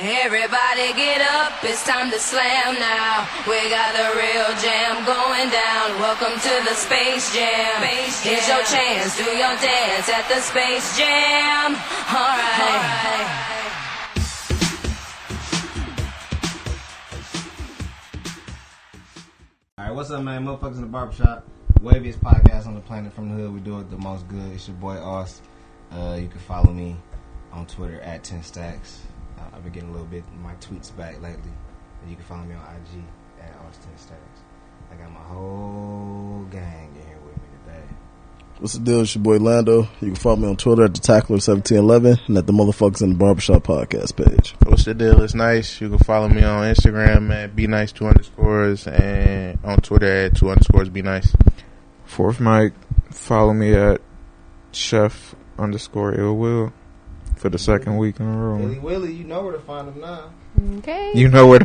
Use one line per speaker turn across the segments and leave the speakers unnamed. Everybody get up, it's time to slam now. We got the real jam going down. Welcome to the Space Jam. Here's your chance, do your dance at the Space Jam. Alright.
All right, what's up, man? Motherfuckers in the barbershop. Waviest podcast on the planet from the hood. We do it the most good. It's your boy, Oz. Uh, you can follow me on Twitter at 10stacks. Uh, I've been getting a little bit my tweets back lately. And you can follow me on IG at Oz10stacks. I got my whole gang in here with me today.
What's the deal? It's your boy Lando. You can follow me on Twitter at the Tackler1711 and at the Motherfuckers in the Barbershop podcast page.
What's the deal? It's nice. You can follow me on Instagram at be nice two underscores and on Twitter at two underscores be nice.
Fourth mic, follow me at chef underscore ill will for the second week in a row.
Billy
man.
Willie, you know where to find him now.
Okay.
You know where to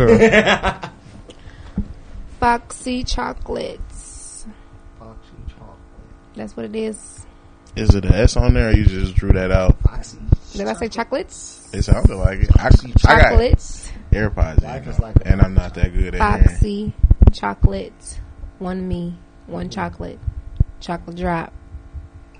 her.
Foxy chocolates.
Foxy Chocolate.
That's what it is.
Is it an S on there or you just drew that out?
Foxy
Did I say chocolates?
It sounded like it. I, I got
Chocolates.
AirPods
Life
in,
is
now,
like a-
and I'm not that good at hearing.
Foxy chocolates. One me, one chocolate. Chocolate drop.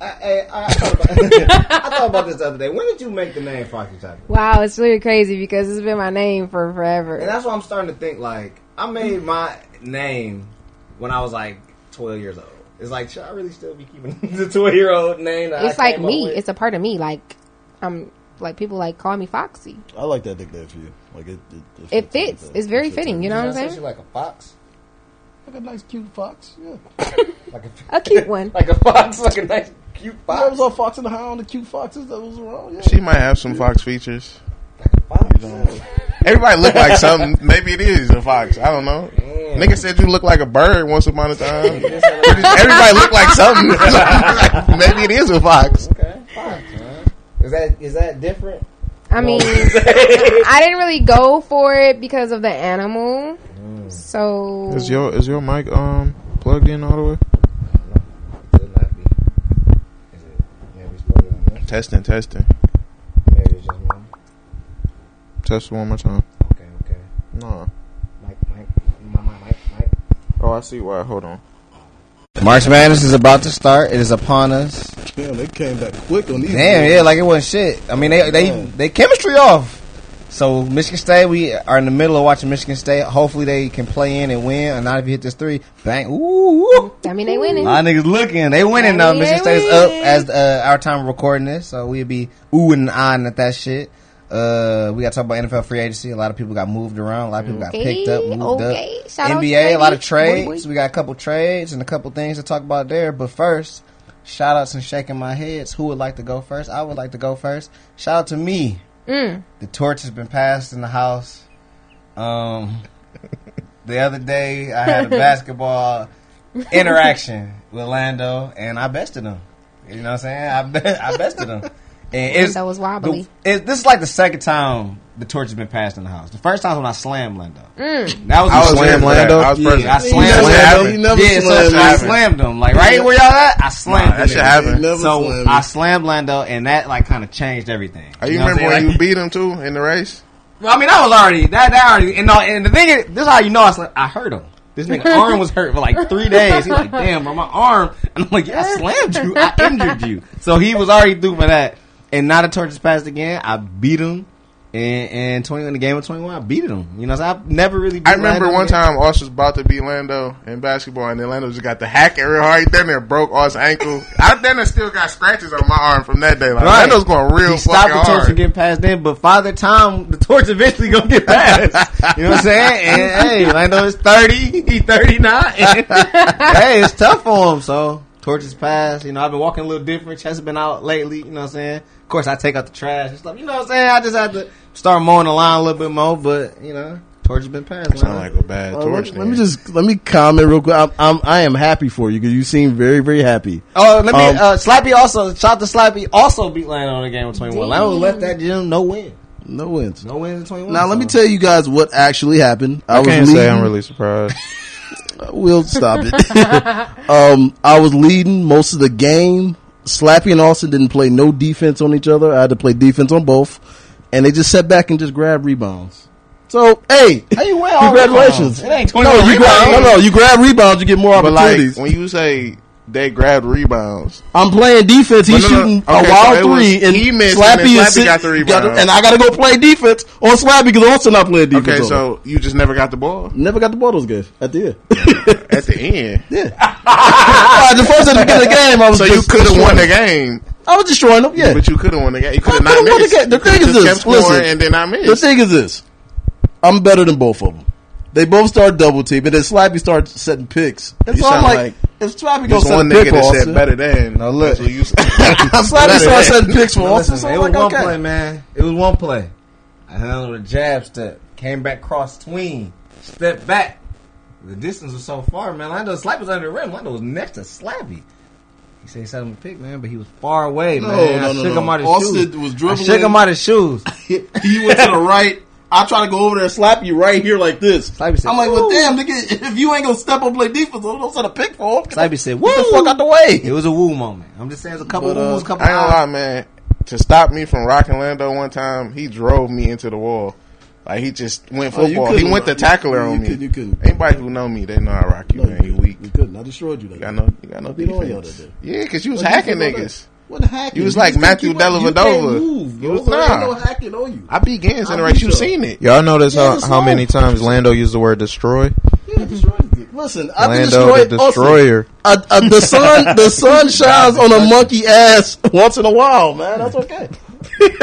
I, I, I, thought about, I thought about this the other day. When did you make the name Foxy Chocolate?
Wow, it's really crazy because it's been my name for
And
forever.
that's why I'm starting to think like I made
Hmm.
my name when I was like 12 years old. It's like should I really still be keeping the 12 year old name? That
It's
I
like
came up
me.
with?
It's a part of me. Like I'm like people like call me Foxy.
I like that nickname for you. Like it, it,
It fits. It's very fitting. You know what I'm
I said she
saying?
like a fox,
Like a nice cute fox. Yeah.
like a
A cute one.
like a fox, like a nice cute
That
fox.
was all Fox and the Hound, the cute foxes that was around. Yeah.
She might have some fox features.
Fox.
Everybody look like something. Maybe it is a fox. I don't know. Nigga said you look like a bird once upon a time. Everybody look like something. Maybe it is a fox.
Okay, fox. Man. Is that is that different?
I mean, I didn't really go for it because of the animal.
Hmm.
So
is your is your mic um plugged in all the way?
Could not be. Is it? Yeah, we spoke on this.
Testing, testing.
Maybe it's just me.
Test it one more time.
Okay, okay.
No.
Mike, Mike, my, my, Mike, Mike.
Oh, I see why. Hold on.
March Madness is about to start. It is upon us.
Damn, they came back quick on these.
Damn,
dudes.
yeah, like it wasn't shit. I mean, they they
Yeah.
they chemistry off. So Michigan State, we are in the middle of watching Michigan State. Hopefully, they can play in and win. And not if you hit this three, bang, ooh, ooh.
I mean, they
A
winning.
lot of niggas looking. They winning though.
They
Michigan State is up
winning.
as uh, our time of recording this, so we'll be ooh and ahhing at that shit. Uh, we got to talk about NFL free agency. A lot of people got moved around. A lot of people got
Okay,
picked up, moved
okay.
up.
Shout out
NBA, a lot of
Brady.
trades.
Boy, boy.
We got a couple trades and a couple things to talk about there. But first, shout outs and shaking my heads. Who would like to go first? I would like to go first. Shout out to me.
Mm.
The torch has been passed in the house. Um, the other day I had a basketball interaction with Lando, and I bested him. You know what I'm saying? I, be- I bested him. And it's,
Lando was wobbly.
the- it- this is like the second time the torch has been passed in the house. The first time was when I slammed Lando.
Mm.
That was,
I was
slam
there for that.
Lando?
I was
Yeah,
present.
I slammed
never
Lando.
slammed
him. You never
yeah, so
slammed
I
him.
slammed him. Like right where y'all at, I slammed
Nah,
him.
that shit
nigga.
happened.
They never
So
slammed
I
him.
slammed Lando, and that like kind of changed everything.
Oh, you
know what I'm
remember
saying?
when
Like-
you beat him too in the race?
well, I mean, I was already that. That already, and, uh, and the thing is, this is how you know I, sl- I hurt him. This nigga arm was hurt for like three days. He's like, "Damn, bro, my arm," and I'm like, "Yeah, I slammed you. I injured you." So he was already through for that. And now the torch is passed again. I beat him, and and twenty in the game of twenty one, I beat him. You know, so I've never really. Beat
I remember
Lando
one
yet.
time Aus was about to beat Lando in basketball, and then Lando just got the hack real hard. He down there broke Aus' ankle. I down there still got scratches on my arm from that day. Like,
Right.
Lando's going real
he
fucking
stopped the torch from
hard.
getting past then, but Father Time, the torch eventually gonna get passed. you know what I'm saying? And hey, Lando is 30, he 39. hey, it's tough for him, so torch is passed. You know, I've been walking a little different. Chest has been out lately, you know what I'm saying? Of course, I take out the trash and stuff. You know what I'm saying? I just have to start mowing the line a little bit more, but, you know, torch has been passed.
Sound
man.
like a bad
Uh,
torch.
let, let me
nigga.
just let me comment real quick. I'm, I'm I am happy for you because you seem very very happy.
Oh, let me.
Um,
uh, Slappy also shout out to Slappy also beat Lando in the game of twenty one.
Damn.
Lando left that gym no win,
No wins.
no wins in twenty one.
Now let me tell you guys what actually happened. I,
I,
was
can't say
leading-
I'm really surprised.
We'll stop it. um, I was leading most of the game. Slappy and Austin didn't play no defense on each other. I had to play defense on both.
and they just sat back and just grabbed rebounds. So hey,
How you win all rebounds?
congratulations!
It ain't
no, you grab, no, no, you grab rebounds, you get more
But like
opportunities.
when you say they grabbed rebounds,
I'm playing defense. He's
But no, no,
shooting
okay,
a
so
wild
it was-
three, and
he missed,
Slappy,
and then
is
Slappy
sit-
got the
got-
rebound.
and I got to go play defense on Slappy because also not playing defense.
okay,
on him.
so you just never got the ball
never got the ball those guys at the end.
at the end.
Alright, the first time you get the game, I was
So you
just
could have won the
destroying-
game,
I was destroying them. Yeah,
but you could have won the game. You could
I
have not
coulda won the
missed.
game. The
You coulda
thing is
just
this,
kept scoring
listen.
and then I missed.
The thing is this. I'm better than both of them. They both start double teaming, and then Slappy starts setting picks. And
You
so I'm
sound
like,
like
if Slappy
There's
goes set
one
a pick
nigga
for
that
Austin,
said better than. Now
look.
you said.
Slappy
better
starts
than.
setting picks for Austin.
Listen,
So
it
I'm
was
like,
one
okay.
play, man. It was one play. I handled a jab step, came back cross tween, step back. The distance was so far, man. Lando Slap was under the rim. Lando was next to Slappy. He said he set him a pick, man, but he was far away,
No,
man.
no,
I
no,
shook
no.
him out of
Austin
shoes.
was
I
dribbling.
shook him out of shoes.
he went to the right. I try to go over there and slap you right here like this.
Slappy said,
I'm like, well,
"Woo."
damn, nigga, if you ain't gonna step up and play defense, don't set a pick for him.
Slappy said, "Woo!"
Get the fuck out the way.
It was a woo moment. I'm just saying, it was a couple
But, uh,
woos, couple.
I ain't gonna
eyes.
lie, man. To stop me from rocking Lando one time, he drove me into the wall. Like he just went
Oh, you
football. he
couldn't,
went the
you-
tackler
you
on me.
could- you couldn't.
Anybody who know me, they know I rock you, man. You weak.
You couldn't. I destroyed you. That
You got no, you got no
Beat all y'all
defense.
that day.
Yeah, because you was
What you
hacking
think about
niggas.
that? What hacking?
You was like
just
Matthew
keep on- you
Dellavedova.
can't move, bro.
You was
There ain't
not.
no hacking on you.
I beat Gans in the
I
race.
beat
You
y'all.
seen it.
Y'all noticed
Yeah,
how,
it's
how
long.
many times Lando used the word destroy?
Yeah, destroyed you. Listen, I can
Lando
destroy
the destroyer.
Uh, uh, the sun, the sun shines on a monkey ass once in a while, man. That's okay.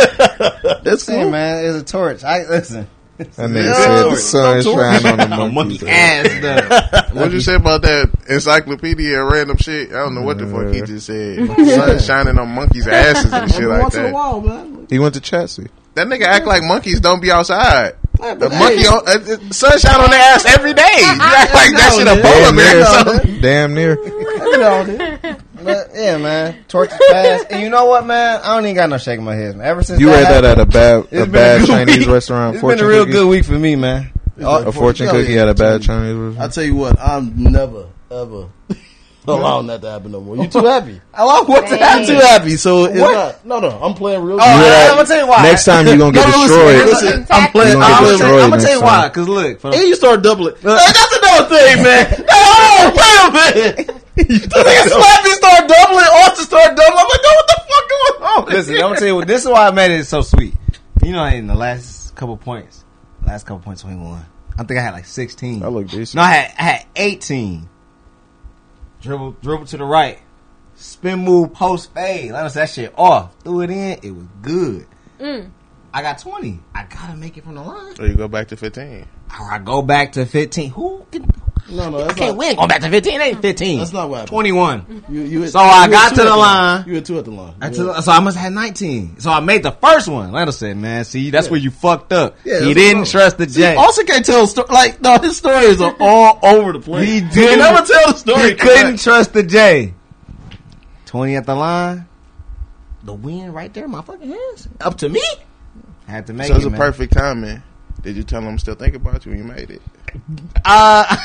That's
Listen, man, it's a torch. I listen.
That nigga said the sun shine on the monkey.
Ass though.
What'd you say about that encyclopedia and random shit? I don't know what the fuck he
Yeah.
just said. Sun shining on monkeys' asses and shit like
once in a
that.
while, man.
He went to Chelsea.
That nigga act like monkeys don't be outside.
Like,
The
hey,
monkey on uh, uh, sunshine on their ass every day. You act like that shit a polar
Damn
bear or something.
near. Damn near.
But, yeah, man, torch is fast. And you know what, man? I don't even got no shaking my head. Man. Ever since
You read that
happened,
at a bad,
It's
a
been a
bad
good
Chinese
week.
restaurant.
It's
fortune
been a real
cookie.
good week for me, man.
Oh,
A fortune
tell
cookie
you,
at a bad Chinese restaurant.
I tell you what, I'm never ever
Oh,
allowing that to happen no more. You too happy.
I love what's
I'm too
happening.
happy. So it's
What?
not. No, no. I'm playing real.
Oh, I,
You had-
I'm gonna tell you why.
Next time you gonna get
No, no,
destroyed.
Listen, listen, I'm playing.
You gonna get
I'm,
I'm,
destroyed.
playing
gonna
next
tell you
time.
why. Cause look, for
and
the,
you start doubling. Hey, that's another thing, man. Hey, hold on, wait a minute. Nigga, Slappy start doubling. Austin start doubling. I'm like, no, what the fuck going on?
listen, I'm gonna tell you what. This is why I made it so sweet. You know, in the last couple points, last couple points, we won. I think I had like 16.
I look decent.
No, I had I had 18. Dribble, dribble to the right, spin move, post fade. Let us that shit off. Threw it in. It was good. I got 20. I gotta make it from the line.
Or Oh, you go back to 15.
Or I go back to 15. Who can?
No, no,
I
that's
can't
not.
win. Going back to 15. It ain't 15.
That's not what happened.
21.
You, you
So I
you
got to
were two
the
at
line.
You were two at the line.
I
Yeah.
took- so I must have had 19. So I made the first one. Lando said, man, see, that's where you fucked up.
Yeah, that's
he
what
didn't
I'm-
trust the
See,
J.
Austin can't tell story. Like, no, his stories are all over the place.
He
He
didn't.
never tell the story.
He couldn't trust the J. 20 at the line. The win right there in my fucking hands. Up to me. Had to make
So
it.
it's a
man.
perfect timing. Did you tell him I'm still thinking about you when you made it?
Uh,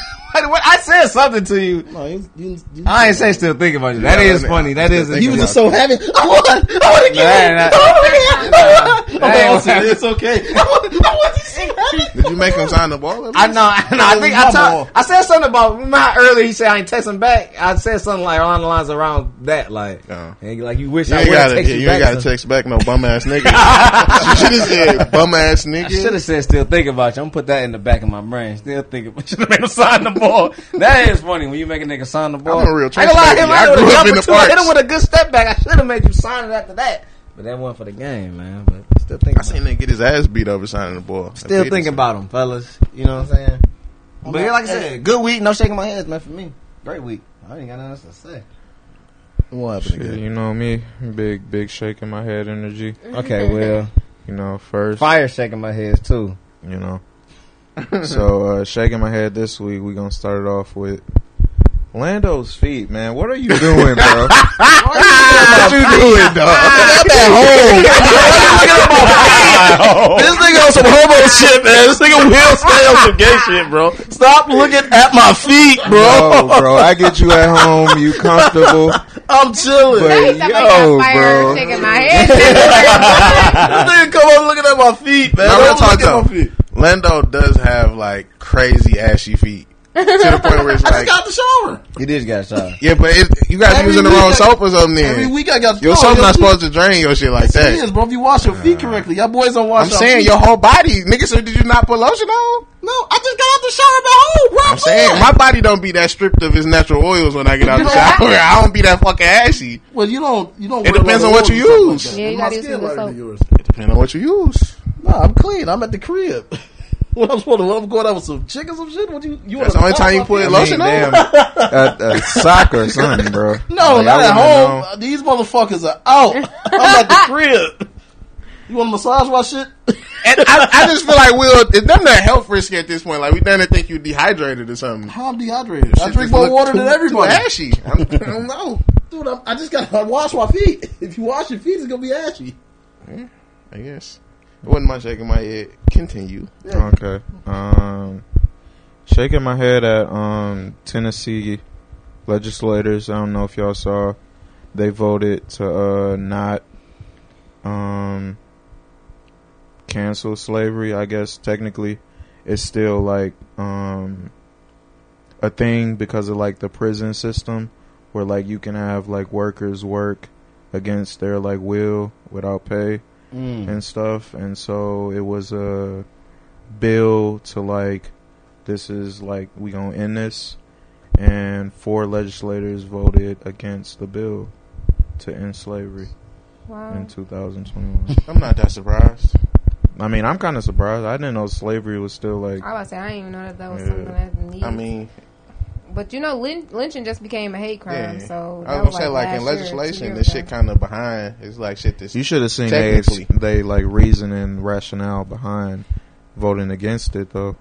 what, I said something to you.
No, he didn't- he didn't-
I ain't say still thinking about you. That
Yeah,
is
I-
funny. That
I
is.
still
He was
think about
just so happy. I won. I won again.
Nah, nah.
I won again.
Nah.
Okay,
Nah.
Austin, it's okay. I won. I won. He's so happy.
Did you make him sign the ball?
I know. I, know, I think I,
Come
told,
on.
I said something about remember how earlier he said I ain't texting back. I said something like along the lines around that, like,
Uh-huh.
and like you wish
You
I
ain't
would
gotta,
have
yeah,
texted
you ain't
back.
gotta text back no bum ass nigga. you should have said bum ass
I should have
nigga.
said still thinking about you. I'm gonna put that in the back of my brain. Still thinking, about should have made him sign the ball. that is funny when you make a nigga sign the ball.
I'm a real
I ain't gonna lie,
trench
him.
baby. I
I,
grew
would've
up
jumped
in the
it too. I hit
parks.
him with a good step back. I should have made you sign it after that, but that wasn't for the game, man. But still thinking.
I seen him get his ass beat over signing the ball.
Still thinking about him, fellas. You know what I'm saying? But yeah, like I said, good week, no shaking my head, man. For me, great week. I ain't got nothing else to say.
What happened
Shit, you know me, big big shake in my head energy.
Okay, well,
You know first,
fire shaking my head too.
you know. so uh shaking my head this week, we gonna start it off with Lando's feet, man. What are you doing, bro?
What you doing, dog?
I'm at home. this nigga on some homo shit, man. This nigga will stay on some gay shit, bro. Stop looking at my feet, bro.
No, bro. I get you at home, you comfortable.
I'm chilling.
Now he's talking about fire
bro.
shaking my head.
this nigga come up looking at my feet, man.
Now, real
Don't
talk
look at
though,
my feet.
Lando does have like crazy ashy feet to the point where it's
I just
like,
got the shower.
You did got shot.
yeah, but it, you guys
Every
using the
week
wrong
I-
soap or something.
Every
Then
week I got
your
no,
soap not
feet-
supposed to drain your shit like
It is,
that. Uh,
bro. If you wash your feet correctly, y'all boys don't wash.
I'm
y'all
saying
feet.
your whole body, nigga. So did you not put lotion on?
No, I just got out the shower at home, bro.
I'm saying my body don't be that stripped of its natural oils when I get out the
Yeah.
shower. I don't be that fucking ashy.
Well, you don't. You don't.
It
wear
depends
leather
on what
oils
you
and stuff
use.
that.
Yeah, you
My
gotta use
skin
some good
lighter than
soap.
yours.
Depending on what you use.
No, I'm clean. I'm at the crib. what I'm supposed to? What I'm going out with some chicken, some shit? What you? You
That's the
wanna
only
talk
time you
about
put
that?
lotion
damn,
on.
at, at soccer or something, bro.
No,
Like,
not
I
at
wouldn't
home. These motherfuckers are out. I'm at the crib. You want to massage my shit?
And I, I just feel like Will, it's them that health risk at this point. Like we done to think you dehydrated or something.
How I'm dehydrated. I
Shit
drink
just
more
look
water
too-
than everybody.
Too ashy. I'm, I don't know.
Dude, I'm, I just got to wash my feet. If you wash your feet, it's gonna be ashy.
I guess. It wasn't my shaking my head. Continue.
know. Okay. Um, shaking my head at um Tennessee legislators. I don't know if y'all saw. They voted to uh not um cancel slavery. I guess technically, it's still like um a thing because of like the prison system where like you can have like workers work against their like will without pay
Mm.
and stuff and so it was a bill to like this is like we gonna end this and four legislators voted against the bill to end slavery in
wow.
2021
I'm not that surprised.
i mean i'm kind of surprised i didn't know slavery was still like
I was about to say, I didn't even know that that was
Yeah.
something that needed.
I mean,
but you know, lyn- lynching just became a hate crime.
Yeah.
So
I
that
was gonna say like in
last year or two
legislation,
years
this shit
ago.
kind of behind. It's like shit. This
You should have seen they,
Technically.
they like reason and rationale behind voting against it though.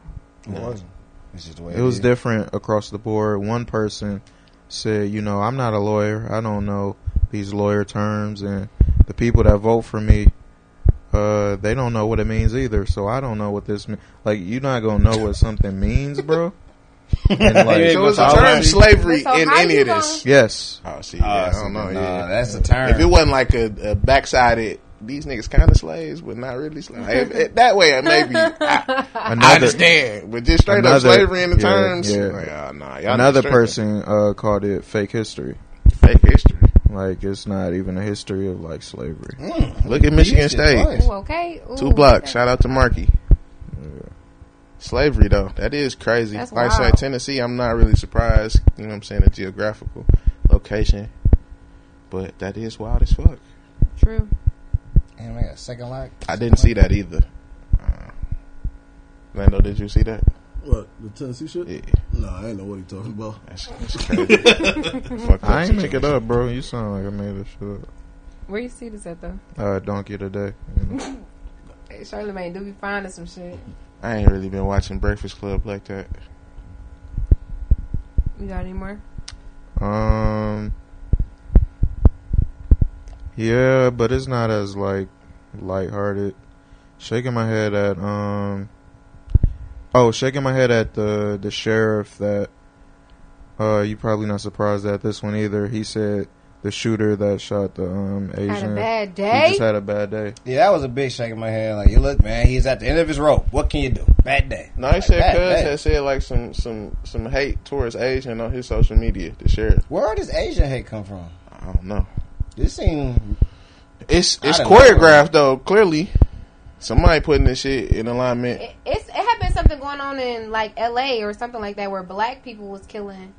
It was different across the board. One person said, "You know, I'm not a lawyer. I don't know these lawyer terms, and the people that vote for me, uh, they don't know what it means either. So I don't know what this means. Like, you're not gonna know what something means, bro. And like,
So it's a
Alright.
term slavery
So
in
how
any
you
of this.
yes,
Oh, see, yeah, I don't know. yeah.
that's a term.
If it wasn't like a, a backsided, these niggas kind of slaves, but not really slaves. If- if- that way, maybe I, I
another
understand. But just straight
another-
up slavery in the
yeah,
terms,
yeah.
like, ah, nah, y'all
another
niggas tripping.
person uh, called it fake history.
fake history.
Like, it's not even a history of like slavery.
Mm.
Look at Michigan
Shit,
State,
twice.
Ooh, okay. Ooh,
two blocks.
okay.
Shout out to Markey. Slavery though, that is crazy.
That's
like I
wild.
said, Tennessee, I'm not really surprised. You know what I'm saying? The geographical location, but that is wild as fuck.
True.
Damn, I got a second lock.
I didn't see that either. Uh, Lando, did you see that?
What the Tennessee shit?
Yeah.
No, I ain't know what he talking about.
That's, that's crazy. Fucked
I ain't make
situation.
it up, bro. You sound like I made this shit up.
Where you see this at though?
Uh, donkey today.
Hey, Charlamagne do be finding some shit.
I ain't really been watching Breakfast Club like that.
You got any more?
Um. Yeah, but it's not as like lighthearted. Shaking my head at um. Oh, shaking my head at the the sheriff that. Uh, you probably not surprised at this one either. He said the shooter that shot the um Asian.
Had a bad
He
day.
just had a bad day.
Yeah, that was a big shake in my head. Like, you look, man, he's at the end of his rope. What can you do? Bad day.
No, he
Like,
said
bad
Cuz
day.
had said like some some some hate towards Asian on his social media. The sheriff,
Where does Asian hate come from?
I don't know.
This seem
It's it's
I don't know.
choreographed though. Clearly, somebody putting this shit in alignment.
It, it's it had been something going on in like L.A. or something like that where black people was killing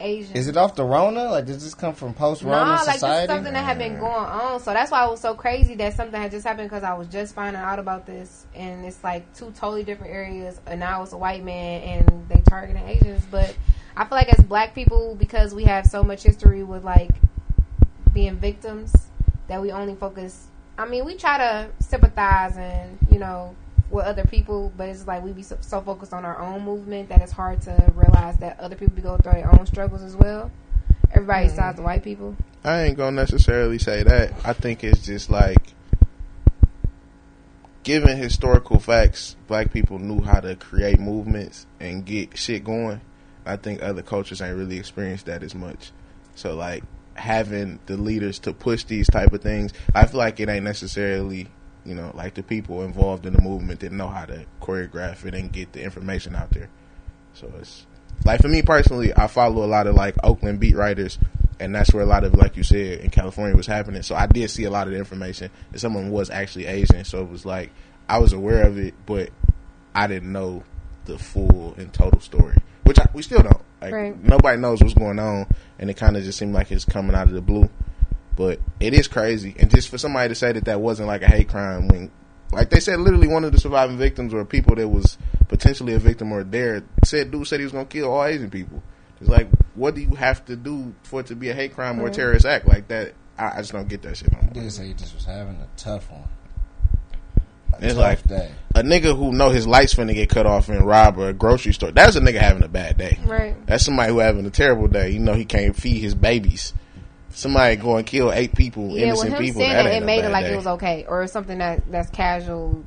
Asians.
is it off the Rona? Like, does this come from post
No,
Rona
like this is
society?
something that had been going on. So that's why it was so crazy that something had just happened because I was just finding out about this, and it's like two totally different areas. And now it's a white man, and they targeting Asians. But I feel like as black people, because we have so much history with like being victims, that we only focus. I mean, we try to sympathize and you know with other people, but it's like we be so, so focused on our own movement that it's hard to realize that other people be going through their own struggles as well. Everybody besides the white people.
I ain't gonna necessarily say that. I think it's just like given historical facts, black people knew how to create movements and get shit going. I think other cultures ain't really experienced that as much. So like having the leaders to push these type of things. I feel like it ain't necessarily you know like the people involved in the movement that know how to choreograph it and get the information out there. So it's like for me personally, I follow a lot of like Oakland beat writers, and that's where a lot of like you said in California was happening. So I did see a lot of the information, and someone was actually Asian, so it was like I was aware of it, but I didn't know the full and total story, which I, we still don't. Like
Right.
nobody knows what's going on, and it kind of just seemed like it's coming out of the blue. But it is crazy, and just for somebody to say that that wasn't like a hate crime when. Like they said, literally one of the surviving victims or people that was potentially a victim or there said, dude said he was gonna kill all Asian people. It's like, what do you have to do for it to be a hate crime or a terrorist act like that? I, I just don't get that shit. On.
Did say you just was having a tough one. A
It's
tough
like-
day.
a nigga who know his lights finna get cut off and rob a grocery store. That's a nigga having a bad day.
Right.
That's somebody who having a terrible day. You know he can't feed his babies. Somebody go and kill eight people,
Yeah, with
innocent
him
people.
saying
that
that,
ain't
it
a
made
bad
it like
day.
it was okay or something that that's casually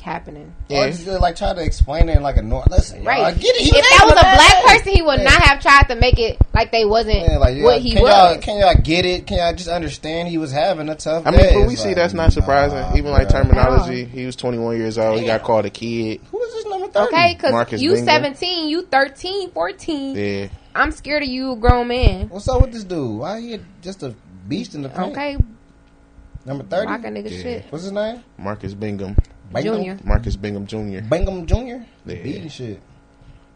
happening.
Or just uh, like try to explain it in like a normal. Listen,
Right.
y'all, I get it. He
if that
having
was a
bad
black
day.
person, he would
Yeah.
not have tried to make it like they wasn't
Yeah, like, yeah,
what he
can
was.
Y'all, can y'all get it? Can y'all just understand he was having a tough
I mean,
day?
but we
It's
see
like,
that's not surprising.
nah,
Even like
bruh.
terminology, he was 21 years old. He got called a kid.
Who is this number 30?
Okay, because
Marcus
you
Bingham.
17, you 13, 14.
Yeah,
I'm scared of you, grown man.
What's up with this dude? Why he just a beast in the paint?
Okay,
Number
rock a
30?
nigga shit.
What's his name?
Marcus Bingham,
Bingham?
Junior.
Marcus Bingham Jr.
Bingham Jr.?
Yeah.
Beating shit.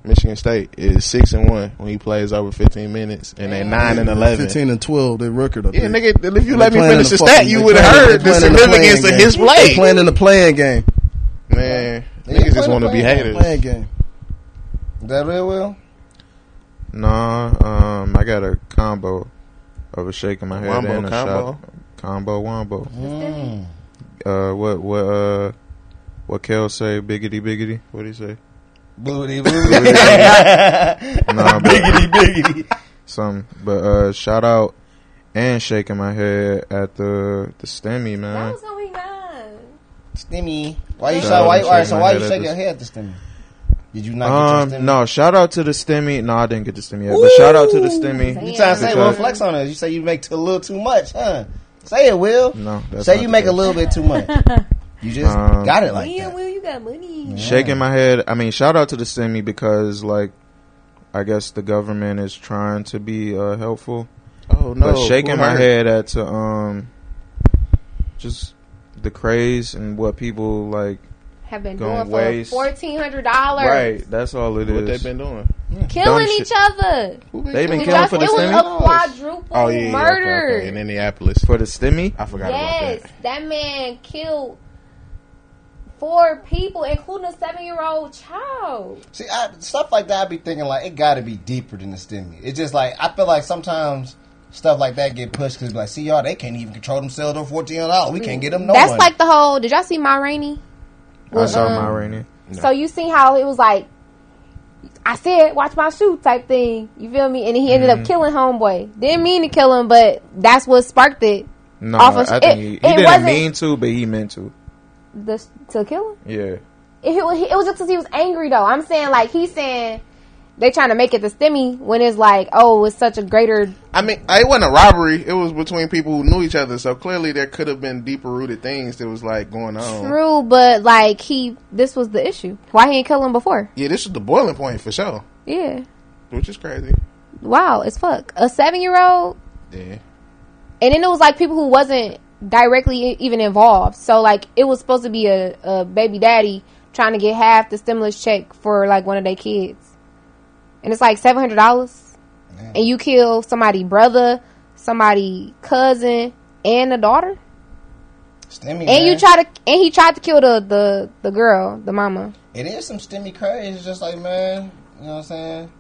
Michigan State is six and one when he plays over 15 minutes, and they nine and 11.
15 and 12, their record. I
Yeah,
think.
nigga, if you
They
let me
playing in
finish the
fucking-
stat, you
they
would have
playing- they
heard the
playing in the
significance
playing
of his
game. They
play.
Playing in the playing game.
Man,
They
niggas
play
just
the
want to be
playing game.
haters.
Playing game.
Is that real, Will?
Nah, um, I got a combo of a shake in my head
Wombo
and a
combo?
shot. Combo wombo.
Mm.
Uh, what what uh, what Kel say? Biggity biggity. What do he say?
Booty, booty.
Nah, biggity biggity. Some, but uh, shout out and shaking my head at the the stemmy
That
man.
was gonna be mine.
Stimmy. Why you
Sorry,
shout? Why,
I'm
all right,
shaking
so
my
why
head
you
at
shake
this.
your head at the stimmy? Did you not
Um,
get your stimmy?
no, shout out to the stemmy. No, I didn't get the stemmy yet, but shout out to the
You
stemmy.
trying to say,
Because-
well, flex on us. You say you make too, a little too much, huh? Say it, Will.
No, that's
say
not
you
the
make a
case.
little bit too much. You just
Um,
got it like
yeah,
that.
Will, you got money.
shaking my head. I mean, shout out to the semi because, like, I guess the government is trying to be uh, helpful,
Oh no,
but
who
shaking my
hurt?
head at to, um, just the craze and what people like.
Have been
Gonna
doing for
waste.
fourteen hundred
Right,
dollars,
that's all it
What they
is.
been doing?
killing
Dumb
each other.
They been
It
killing
was,
for
it
the
was
semi
a quadruple
Oh yeah, yeah,
murder.
Okay, okay. in Indianapolis.
for the stemmy.
I forgot
Yes,
about
that. man killed four people, including a seven-year-old child.
See, I, stuff like that, I be thinking like it got to be deeper than the stimmy. It's just like I feel like sometimes stuff like that get pushed because like, see y'all, they can't even control themselves on fourteen dollars. We can't get them no
That's
money.
like the whole. Did y'all see my rainy?
I saw
um,
my rainy.
So you see how it was like, I said, watch my shoe type thing. You feel me? And he ended up killing homeboy. Didn't mean to kill him, but that's what sparked it.
No,
off of-
I think
it-
he, he
it
didn't
wasn't-
mean to, but he meant to.
The, to kill him.
Yeah,
If it, was, it was just because he was angry though. I'm saying like he's saying they trying to make it the stimmy when it's like, oh, it's such a greater.
that. I mean, it wasn't a robbery. It was between people who knew each other. So clearly, there could have been deeper rooted things that was like going on.
True, but like he, this was the issue. Why he ain't kill him before?
Yeah, this was the boiling point for sure,
Yeah,
which is crazy.
wow, it's fuck a seven year old,
Yeah,
and then it was like people who wasn't directly e- even involved. So like it was supposed to be a, a baby daddy trying to get half the stimulus check for like one of their kids, and it's like seven hundred dollars, and you kill somebody brother, somebody cousin, and a daughter.
stimmy,
And you
man.
try to, and he tried to kill the the the girl, the mama.
It is some stimmy crazy. It's just like man, you know what I'm saying?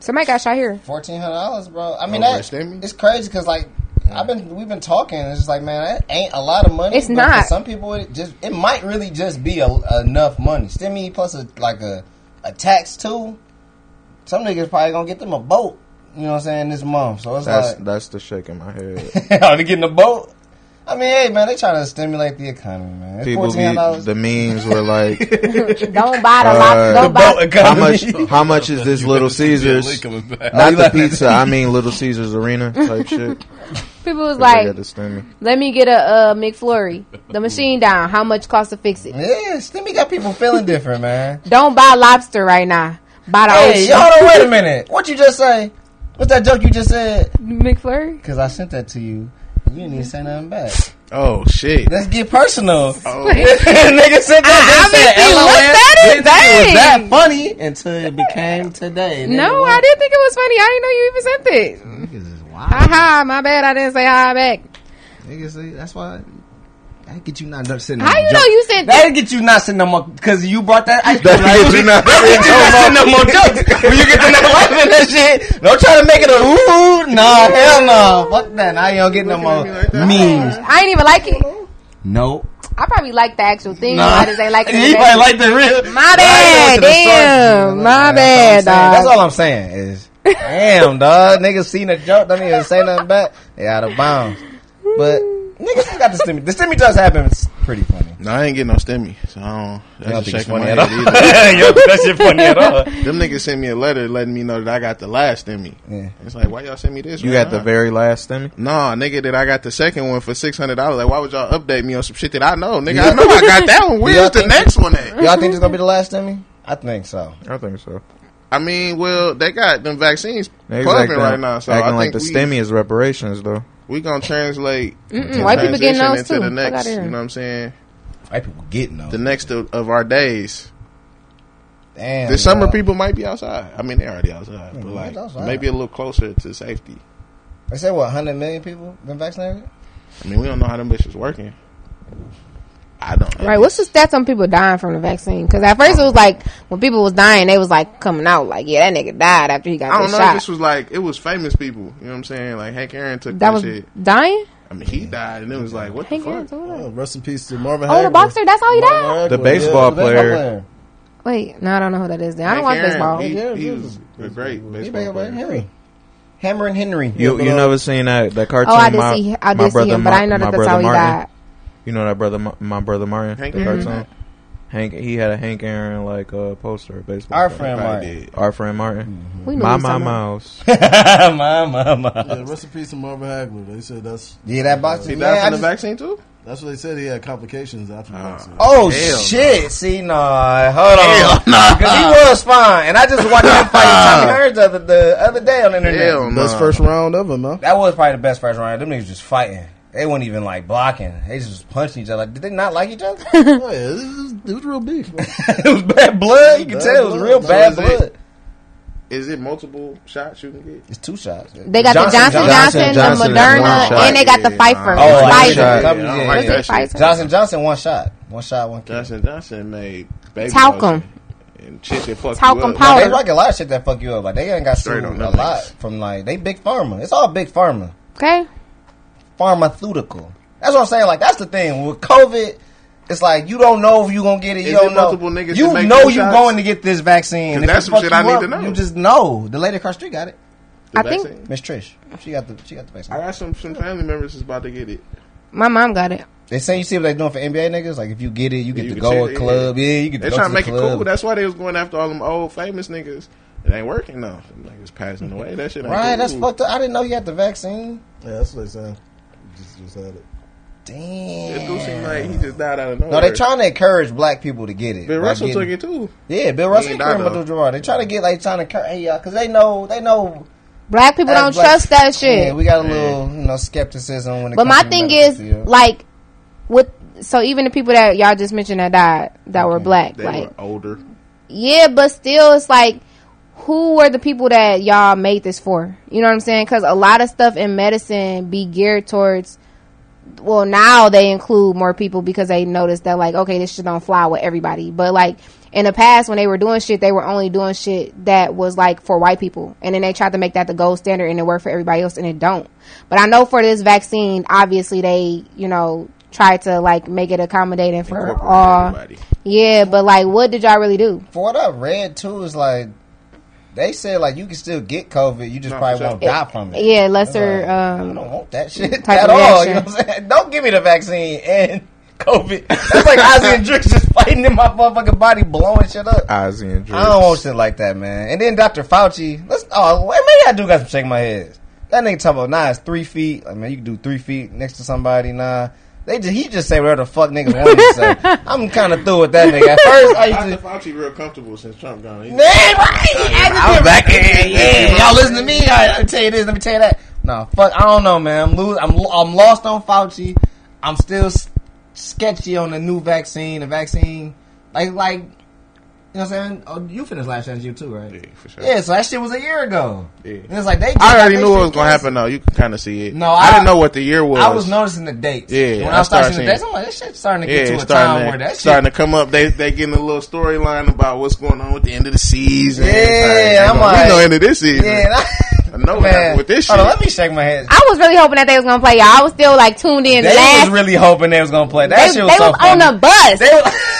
Somebody got shot here.
Fourteen hundred dollars, bro. I mean,
Over
that,
a stimmy?
it's crazy because like I've been we've been talking. It's just like man, that ain't a lot of money.
It's
but
not.
For some people, it just it might really just be a, enough money. Stimmy plus a, like a a tax too. Some niggas probably gonna get them a boat. You know what I'm saying? This month, so it's
that's
like
that's the shaking my head.
are they getting a boat? I I mean, hey man, they trying to stimulate the economy, man. It's
People
fourteen
be
dollars.
the memes were like,
Don't buy the
Uh,
lobster. Don't
the
buy.
how much? How much is this Little Caesars? Not the pizza. I mean Little Caesars Arena type shit.
People was
They
like,
got the stimmy.
"Let me get a uh, McFlurry. The machine down. How much cost to fix it?
Yeah, stimmy got people feeling different, man.
Don't buy lobster right now. Buy the
Hey,
ocean.
y'all, don't wait a minute. What you just say? What's that joke you just said?
McFlurry.
Because I sent that to you. You didn't even say
Mm-hmm.
nothing back.
Oh shit!
Let's get personal.
Nigga said
I, I mean, see,
Didn't
what's
think it was
that
that
is dang.
funny until it became today.
No, I didn't think it was funny. I didn't know you even sent it. Ha ha, my bad. I didn't say hi back.
Nigga, see, that's why.
I get you not sitting.
How you know you sent that?
That'll get you not sitting no more because you brought that ice cream.
Don't get you not-
sitting no more jokes when you get the next life in that shit. Don't try to make it a ooh,
No, hell no. Fuck that. I ain't gonna get no more memes.
I ain't even like it.
no.
I probably like the actual thing.
Nah.
I just ain't like it.
He probably like the real.
my bad. Damn. My bad, dog.
That's all I'm saying is, damn, dog. Niggas seen a joke, don't even say nothing back. They out of bounds. But niggas still got the stimmy. The stimmy does happen. It's pretty funny.
No, I ain't getting no stimmy, so I don't.
I
That's
don't
just
think it's
shaking my
funny
head
at
either.
Yo, that shit funny at all.
Them niggas sent me a letter letting me know that I got the last stimmy.
Yeah.
It's like, why y'all send me this?
You
right
got the
now?
very last stimmy.
Nah, nigga, that I got the second one for six hundred dollars. Like, why would y'all update me on some shit that I know, nigga? I know I got that one.
Yeah, I
Where's the
think-
next one at?
Y'all think this gonna be the last stimmy? I think so.
I think so.
I mean, well, they got them vaccines
They
pumping
acting-
right now, so I
acting
think
like the
we,
stimmy is reparations, though.
we gonna translate
Mm-mm, Mm, white people getting
transition
those
into
too.
the
Fuck
next.
outta
You
here.
know what I'm saying?
White people getting
The
them.
next of, of our days.
Damn.
The summer
dog.
people might be outside. I mean, they're already outside, but
they're
like
outside.
maybe a little closer to safety.
They said what? Hundred million people been vaccinated.
I mean, we don't know how them bitches working. I don't. know.
Right, what's the stats on people dying from the vaccine? Because at first it was like when people was dying, they was like coming out like, "Yeah, that nigga died after he got
I don't
this
know.
shot."
This was like it was famous people. You know what I'm saying? Like Hank Aaron took
that
that,
was
shit.
dying.
I mean, he died, and it was like, what the
Hank Aaron,
fuck?
who was that?
Oh, rest in peace to Marvin
Oh, the
Hagler.
boxer. That's how he died.
Marvin
The
Hagler,
baseball
yeah.
player.
Wait, no, I don't know who that is. Then I
Hank
don't watch
Aaron,
baseball.
He,
Yeah,
he
yeah.
was a great
He
baseball
banging about
player.
Henry, Hammer and Henry.
You
Yeah,
you
uh,
but,
never seen that that cartoon?
Oh, I did
my,
see. I
my
did see
brother
him, but
Ma-
I didn't know
My
that that's
Brother
how he
Martin.
died.
You know that brother, Ma- my brother Mario,
Hank
the
Aaron?
cartoon. Hank, he had a Hank Aaron like uh, poster, a baseball.
Our
player.
friend
I
Martin.
did.
our friend Martin,
We knew
my
he Mm-hmm. was
my
somebody.
mouse.
my, my, my.
Yeah, rest in peace to Marvin Hagler. They said that's
Yeah, that boxer.
He died
man, I
from the
just-
vaccine too.
that's what they said. He had complications after the vaccine.
Oh
Hell
shit! See, nah, hold on, because he was fine, and I just watched him fight Tommy Hearns the other, the other day on the internet.
Hell
Oh,
no.
Best first round ever, man.
That was probably the best first round. Them niggas just fighting. They weren't even like blocking. They just was punching each other. Did they not like each other? it
Oh, yeah, it was, it was real beef. Man.
was bad blood. You can
Bad
tell it was
blood.
real
So
bad
is it-
blood.
Is it multiple shots you can get?
It's two shots.
They got the Johnson Johnson,
Johnson
the
is
Moderna,
one shot.
and they got the
Yeah,
Pfizer.
nah.
Oh, I
Pfizer.
didn't
Yeah, I
shot.
don't
Yeah.
like
Was it
that shit.
Pfizer?
Johnson Johnson one shot, one shot, one kill.
Johnson Johnson made baby
Talcum.
lotion and shit that fucked
Talcum
you up.
powder.
They rock a lot of shit that fuck you up. Like they ain't got
Straight
sued
on
a
them
lot
niggas.
from like they big pharma. It's all big pharma.
Okay,
pharmaceutical. That's what I'm saying. Like that's the thing with COVID. It's like you don't know if you gonna get it.
Is
You don't
it
know.
multiple niggas that
you
make
know
them
you
shots?
going to get this
'Cause
vaccine. And if
that's
it
some
fuck
shit
you
I need
up,
to know.
You just know. The lady across the street got it.
The
I think-
vaccine.
Miss Trish. She got the. She got the
I
vaccine.
got some some family members is about to get it.
my mom got it.
They saying you see what they doing for NBA niggas. Like if you get it, you get
you
to
can
go
check
to
it,
a club. Yeah, you get
They
to go
trying
to
to
the
make it
club.
cool. That's why they was going after all them old famous niggas. It ain't working though. Them Niggas passing away. That shit ain't
right.
cool.
That's fucked up. I didn't know you had the vaccine.
Yeah, that's what they said. Just, just had it.
It do seem
Damn.
like he just died out of nowhere.
No, they trying to encourage black people to get it.
Bill
Like,
Russell
getting-
took it too.
Yeah, Bill Russell
ain't
and
die,
Kareem
though.
Abdul-Jabbar. They trying to get like trying to cur- hey y'all because they know they know
Black people don't
That's black-
trust that shit.
Yeah, we got a little, you know, skepticism when it
But
comes
my
to
thing
medical
is
field.
like with so even the people that y'all just mentioned that died that were black,
They
like
were older.
yeah, but still it's like who were the people that y'all made this for? You know what I'm saying? Because a lot of stuff in medicine be geared towards. Well, now they include more people because they noticed that like okay, this shit don't fly with everybody. But like in the past, when they were doing shit, they were only doing shit that was like for white people, and then they tried to make that the gold standard and it worked for everybody else, and it don't. But I know for this vaccine, obviously they you know tried to like make it accommodating for
Incorporate
all.
everybody.
Yeah, but like, what did y'all really do?
for what I read too is like They said like you can still get COVID, you just
No,
probably
for sure.
won't die from it.
Yeah, lesser.
I
Um,
don't want that shit
Type of
at all. You know
reaction.
what I'm saying? Don't give me the vaccine and COVID. That's like Ozzy and Drix just fighting in my motherfucking body, blowing shit up.
Ozzy and Drake.
I don't want shit like that, man. And then Dr. Fauci, let's oh maybe I do got some shaking my head. That nigga talking about nah, it's three feet. I mean, you can do three feet next to somebody. Nah, they just he just say whatever the fuck niggas want to say. I'm kind of through with that nigga. At first, I
Dr.
used to.
Fauci real comfortable since Trump gone. He's-
Man, right? He acted different. Yeah, yeah. Y'all listen to me. I, let me tell you this. Let me tell you that. No, fuck. I don't know, man. I'm lose. I'm I'm lost on Fauci. I'm still s- sketchy on the new vaccine. The vaccine, like like, you know, what I'm saying. Oh, you finished last year's you too, right?
Yeah, for sure.
Yeah, so that shit was a year ago.
Yeah.
And it's like they.
I already
they
knew what was
shit
gonna
canceled.
happen though. You can kind of see it.
No,
I,
I-
didn't know what the year was.
I was noticing the dates.
Yeah,
when
I
I, started
started
seeing
seeing-
the dates, I'm like, this shit's starting to
yeah,
get to
it's
a time
starting
where
to,
that shit
starting to come up. They they getting a little storyline about what's going on with the end of the season.
Yeah,
It's
I'm
we
like-
know end of this season.
Yeah, and I,
I know what happened with this
Hold on,
shit.
let me shake my head.
I was really hoping that they was gonna play y'all. I was still like tuned in.
they
last,
was really hoping they was gonna play. That
they,
shit was
they
so
was on
funny.
the bus.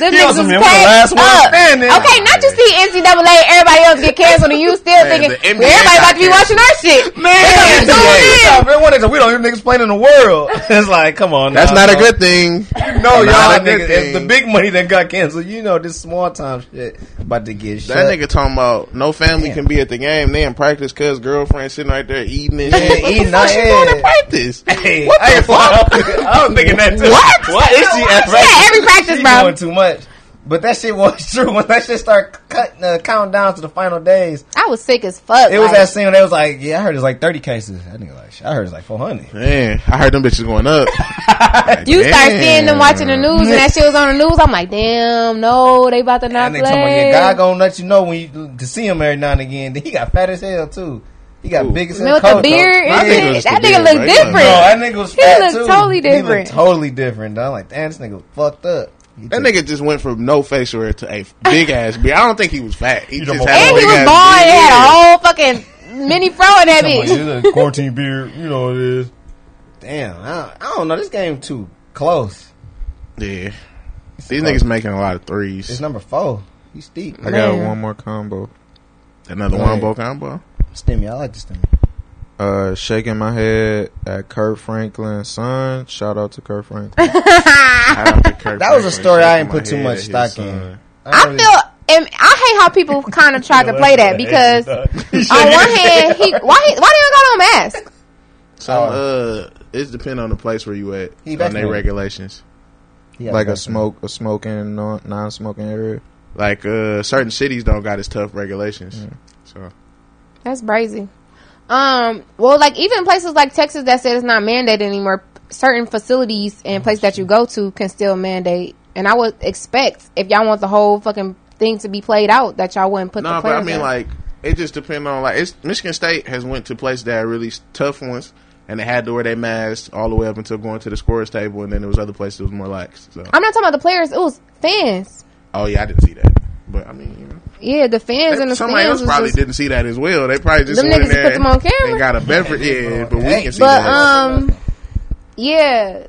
They was,
Them
Yo,
niggas
so
was
man, we the
packed
last one
up.
standing.
Okay, not just the NCAA, everybody else get canceled, and you still
Man,
thinking
the
well,
NBA
everybody
got
about to be watching our shit.
Man,
They gonna be tuned in.
we don't hear niggas playing in the world. It's like, come on,
That's
nah,
not a
bro.
good thing.
No, y'all
not a good
niggas. It's the
thing.
big money that got canceled. You know, this small time shit about to get shut.
That nigga talking about no family can
Damn.
be at the game. They in practice cause girlfriend sitting right there eating and shit.
Yeah,
What the
eating,
fuck
nah,
she
yeah.
doing in practice?
Hey,
What
I
the
ain't fuck? I was thinking that too.
What?
Why is she at
She
practice?
at every practice,
She
bro.
doing too much. But that shit was true. When that shit started cutting, uh, counting down to the final days,
I was sick as fuck.
it was
like,
that scene. Where they was like, "Yeah, I heard it's like thirty cases." That nigga like, "Shit, "I heard it's like 400.
Man, I heard them bitches going up. Like,
You start seeing
damn.
them watching the news, and that shit was on the news. I'm like, damn, no, they about to not
And they
play.
talking about, yeah, God gonna let you know when you to see him every now and again. Then he got fat as hell too. He got
Ooh.
big as
Man,
hell.
with the
coat, though.
beard,
I
and
think it
shit,
was
that
the
nigga
beard,
look
right?
different.
Bro, that nigga was
He
fat
looked
too.
totally
He
different.
looked totally different. dog. I'm like, damn, this nigga fucked up. He
That
took-
nigga just went from no facial hair to a big ass beard. I don't think he was fat. "Oh, He just
talking
had
and
a
he
big
was
ass
bald and
beard.
had a whole fucking mini fro in that
Come on,
bitch.
this is a quarantine beard. You know what it is. Damn, I, I don't know. This game too close.
Yeah. These niggas making a lot of
It's
threes.
number four. You steep.
I got
Man.
one more combo.
Another
Go ahead.
wombo combo.
Stimmy, I like the stimmy.
Uh, shaking my head at Kurt Franklin's son. Shout out to Kurt Franklin.
that
That was a story I didn't put too much stock in.
I feel. And I hate how people kind of try to play that because on one hand, he why he, why didn't go no mask?
So uh, it depends on the place where you at
He
on their
vaccinated.
regulations.
like a smoke, a smoking, non- non-smoking area.
Like uh, certain cities don't got as tough regulations.
Mm.
So
That's crazy. Um, well, like even places like Texas that said it's not mandated anymore, certain facilities and places that you go to can still mandate. And I would expect if y'all want the whole fucking thing to be played out, that y'all wouldn't put
no,
the
but I
players.
mean
in.
like it just depends on like it's Michigan State has went to places that are really s- tough ones. And they had to wear their masks all the way up until going to the scorers table, and then there was other places that was more lax. So,
I'm not talking about the players; it was fans.
oh yeah, I didn't see that, but I mean, you know.
Yeah, the fans and the
somebody
fans
else
was
probably
just,
didn't see that as well. They probably just
Them
went in
niggas
there
put them on camera.
and got a beverage. Yeah, but we can see
But
that.
um, yeah,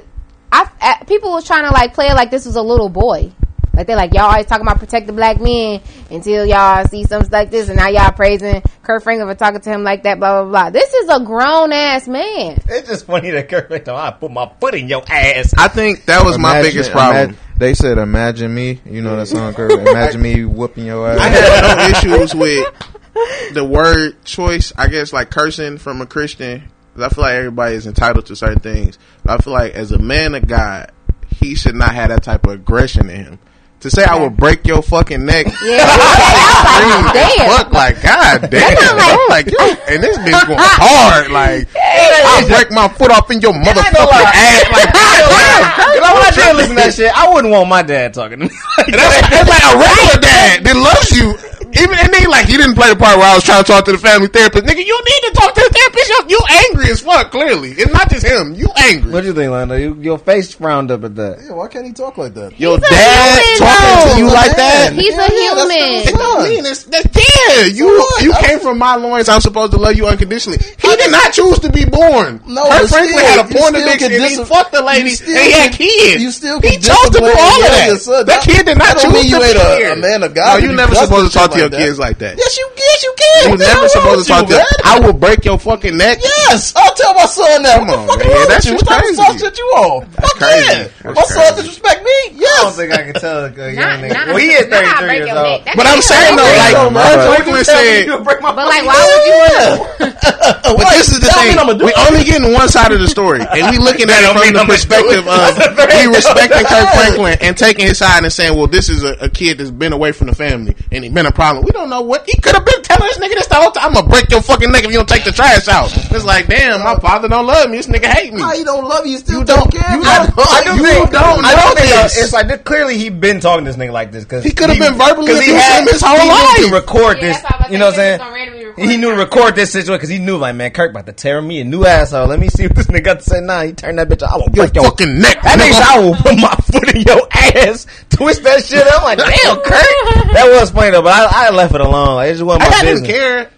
I, I people was trying to like play it like this was a little boy. Like they're like y'all always talking about protect the black men until y'all see something like this, and now y'all praising Kurt Franklin for talking to him like that. Blah blah blah. This is a grown ass man.
It's just funny that Kurt Franklin, I put my foot in your ass.
I think that was my
Imagine-
biggest problem.
ima- they said, "Imagine me." You know that song, Kurt. Imagine me whooping your
I
ass.
had no issues with the word choice. I guess like cursing from a Christian. 'cause I feel like everybody is entitled to certain things. But I feel like as a man of God, he should not have that type of aggression in him. To say I will break your fucking neck.
Yeah, I was like, damn.
Fuck, like, god damn.
That's not like-
I'm like, yo, and this bitch going hard. Like, I'll break my foot off in your
ain't no
motherfucking
lie.
ass. Like,
You know, when I did listen to that shit, I wouldn't want my dad talking to me. Like,
That's, that's like a regular dad that loves you. Even and then like he didn't play the part where I was trying to talk to the family therapist. Nigga, you need to talk to the therapist. You, you angry as fuck, clearly. It's not just him. You angry.
what you think, Lando? You, your face frowned up at that.
Yeah, why can't he talk like that?
Your
He's a
dad
human,
talking
though.
to you like that.
Oh, He's a human.
It don't mean it's- that- yeah, you you came from my loins. I'm supposed to love you unconditionally. He did not choose to be born.
No,
Kurt
but
Franklin
still,
had a
you
porn
still
addiction.
can
and he
dis-
fucked the
you
lady and
still
he had
can-
kids.
you still
he
can
chose to do
discipline
all of
your
that.
son.
That kid did
That
not
don't
choose
mean
to
you
be
ain't a-
here.
a man of God
No,
if
you
you
never
trust
supposed
and
to talk
shit
to your
like that.
kids like that.
Yes, you
Yes, you can.
You
What's
never
wrong
supposed
with
to talk
you,
to.
man?
I will break your fucking neck.
Yes, I'll tell my son that.
Come
what
on,
the fuck
man.
wrong with
That's
you?
just
What type of
crazy.
soft shit you on? Fuck
crazy.
yeah.
That's
my son
crazy.
disrespect me?
I don't
Yes.
think I can tell. a young
Not,
nigga.
not,
well, he is
not how I
33
break
years
your
old.
neck. That's
But I'm
not
saying though,
how I break
like
your neck.
Mark Franklin said,
but like, why would you want to?
but this is the
That don't
thing:
mean I'ma do
we
it.
only getting one side of the story, and we looking at it from the perspective of we respecting Kirk Franklin and taking his side and saying, "Well, this is a, a kid that's been away from the family and he been a problem." We don't know what he could have been telling this nigga this the whole time. I'm gonna break your fucking neck if you don't take the trash out. It's like, damn, my father don't love me. This nigga hate me.
How you don't love you still
You
don't,
don't-
care.
you
about
don't-
it?
I do
You
think-
don't
I
know
don't think-
this.
uh, It's like this, clearly he been talking to this nigga like this because
He could've been verbally abusing him his whole
He knew
life.
to record
Yeah,
this.
that's why I was
You know what I'm
saying,
saying?
just don't randomly record
He knew to record this situation because he knew like man, Kirk about to tear me a new asshole. Let me see what this nigga got to say. Nah, he turned that bitch. out. I will
Your
break your
fucking neck.
That nigga,
nigga.
said, I will put my foot in your ass, twist that shit. up. I'm like, damn, Kirk. That was funny though, but I, I left it alone. Like, it just wasn't my
I didn't
business.
care.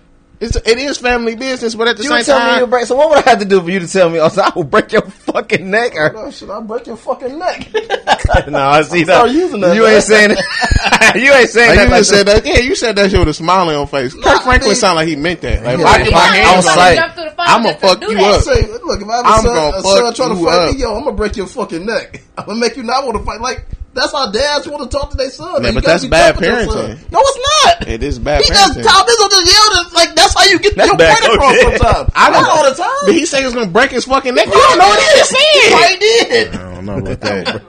It's, it is family business, but at the
You
same
tell me you
time,
break. So what would I have to do for you to tell me? Also, I will break your fucking neck. Or,
Oh, Should I break your fucking neck?
no, I see
Start
that.
using that.
You ain't saying. you ain't saying
Like, Oh, you
that. like
just said that. Yeah, you said that shit with a smile on your face. Kirk Franklin sounded like he meant that. Like, if I
Yeah.
get my hands
Outside.
on you,
Jump through the phone
I'ma
just to
fuck
do
you
I
that.
up.
say, look, if I have a
I'm
son,
gonna
a son
fuck
trying to
you
fight
up.
me, yo, I'm gonna break your fucking neck. I'm gonna make you not want to fight. Like that's how dads want to talk to their son.
Yeah,
You
but
gotta
that's
be
bad
tough with your son.
parenting.
No, it's not.
it is bad
He just
parenting.
Tom Izzo just yelled. at- Like that's how you get
That's
your
bad
point across
coaching.
sometimes.
I don't-
Not all the time.
Did he say he was gonna break his fucking neck? You don't know what he just said.
Why he did?
I don't know about that.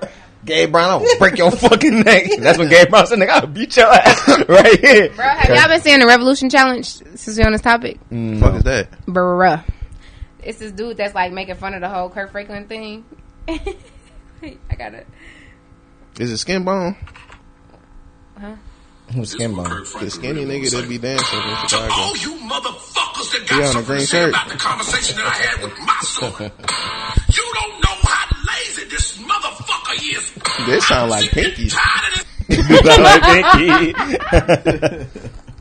Gabe Brown, I will break your fucking neck. That's when Gabe Brown said, "Nigga, I'll beat your ass right here."
Bro, have y'all been seeing the Revolution Challenge since we're on this topic?
Mm,
fuck is that?
Bruh. It's this dude that's like making fun of the whole Kirk Franklin thing. I got it.
Is it skin bone?
Who's skin bone?
The skinny nigga that be dancing in Chicago.
all you motherfuckers that
He on a
got something
green
to say
shirt.
about the conversation that I had with my son. you don't know how lazy this motherfucker is.
This sound like
Sick and
Pinky.
Tired of this
E.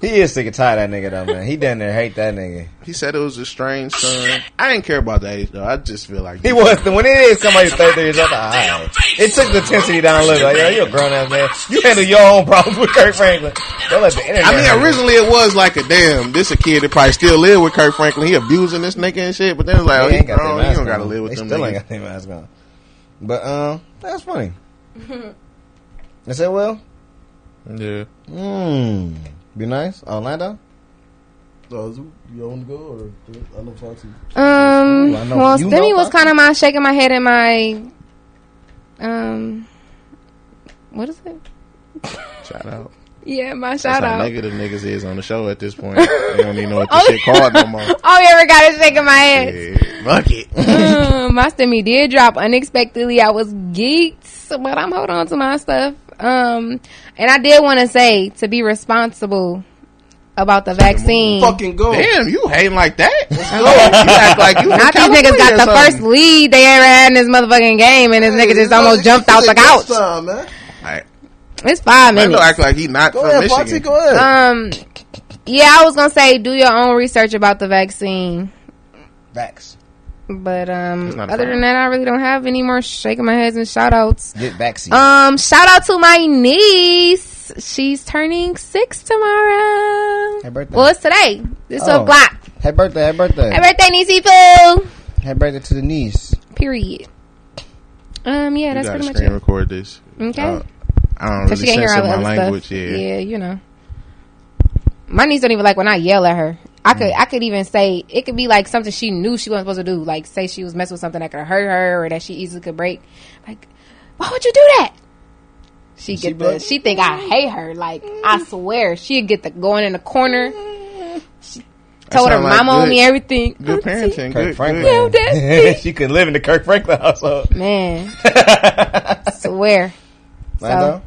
He is sick and tired of that nigga though, man. He down there hate that nigga.
He said it was a
Oh,
strange son. I didn't care about the age though. I just feel like
He was the when it is somebody's thirty years old. All right. It took the intensity down a little. Like, yo, you a grown ass man. You handle your own problems with Kirk Franklin. Don't let the internet.
I mean, originally it was like a damn. This a kid that probably still live with Kirk Franklin. He abusing this nigga and shit. But then it's like, oh,
They
he
ain't got their
grown. He
mask
don't gotta
on.
live with
They
them.
still ain't
niggas.
got their mask on. But um, that's funny. Is it Will?
Yeah.
Hmm. Be nice, Orlando.
No, is it- you want to go or I know Foxy.
Um,
Ooh, I know.
well,
You
Demi
know
was
Foxy.
kind of my shaking my head and my, um, what is it?
Shout out.
Yeah, my
That's
shout
how
out.
negative niggas is on the show at this point. they don't even know what this shit called no more.
Oh, we ever got a shake in my head.
Yeah,
Oh,
fuck it.
um, my stemmy did drop unexpectedly. I was geeked, but I'm holding on to my stuff. Um, and I did want to say to be responsible about the vaccine.
Fucking go.
Damn, you hating like that? Oh. Let's go. You act like you.
Not these niggas got the first lead they ever had in this motherfucking game, and this nigga just almost jumped out the
Next
couch.
time, man.
first.
It's five
Mendo
minutes.
act like he not
Go
from
ahead,
Michigan.
Foxy. Go ahead.
Um, yeah, I was gonna say do your own research about the vaccine,
Vax.
but um,
It's not a
other
problem.
than that, I really don't have any more shaking my heads and shout outs.
Get vaccine.
Um, shout out to my niece. She's turning six tomorrow.
Happy birthday.
Well, it's today. This
Oh.
oh. block.
happy birthday! Happy birthday!
Happy birthday, niecey poo.
Happy birthday to the niece.
Period. Um, yeah,
You
that's
gotta
pretty much
screen
it.
record this.
Okay.
Uh, I don't really
Cause she can't hear
censor
all the
my
other
language.
stuff.
Yeah.
you know. My niece don't even like when I yell at her. I
Mm.
could, I could even say it could be like something she knew she wasn't supposed to do. Like say she was messing with something that could hurt her or that she easily could break. Like, why would you do that? She get the, she think I hate her. Like
Mm.
I swear she'd get the going in the corner. She told her
sound like
mama on
good-
me everything.
Good parenting.
Kirk
Good,
Franklin.
good.
Well, that's-
she could live in the Kirk Franklin household.
man, swear.
Lando?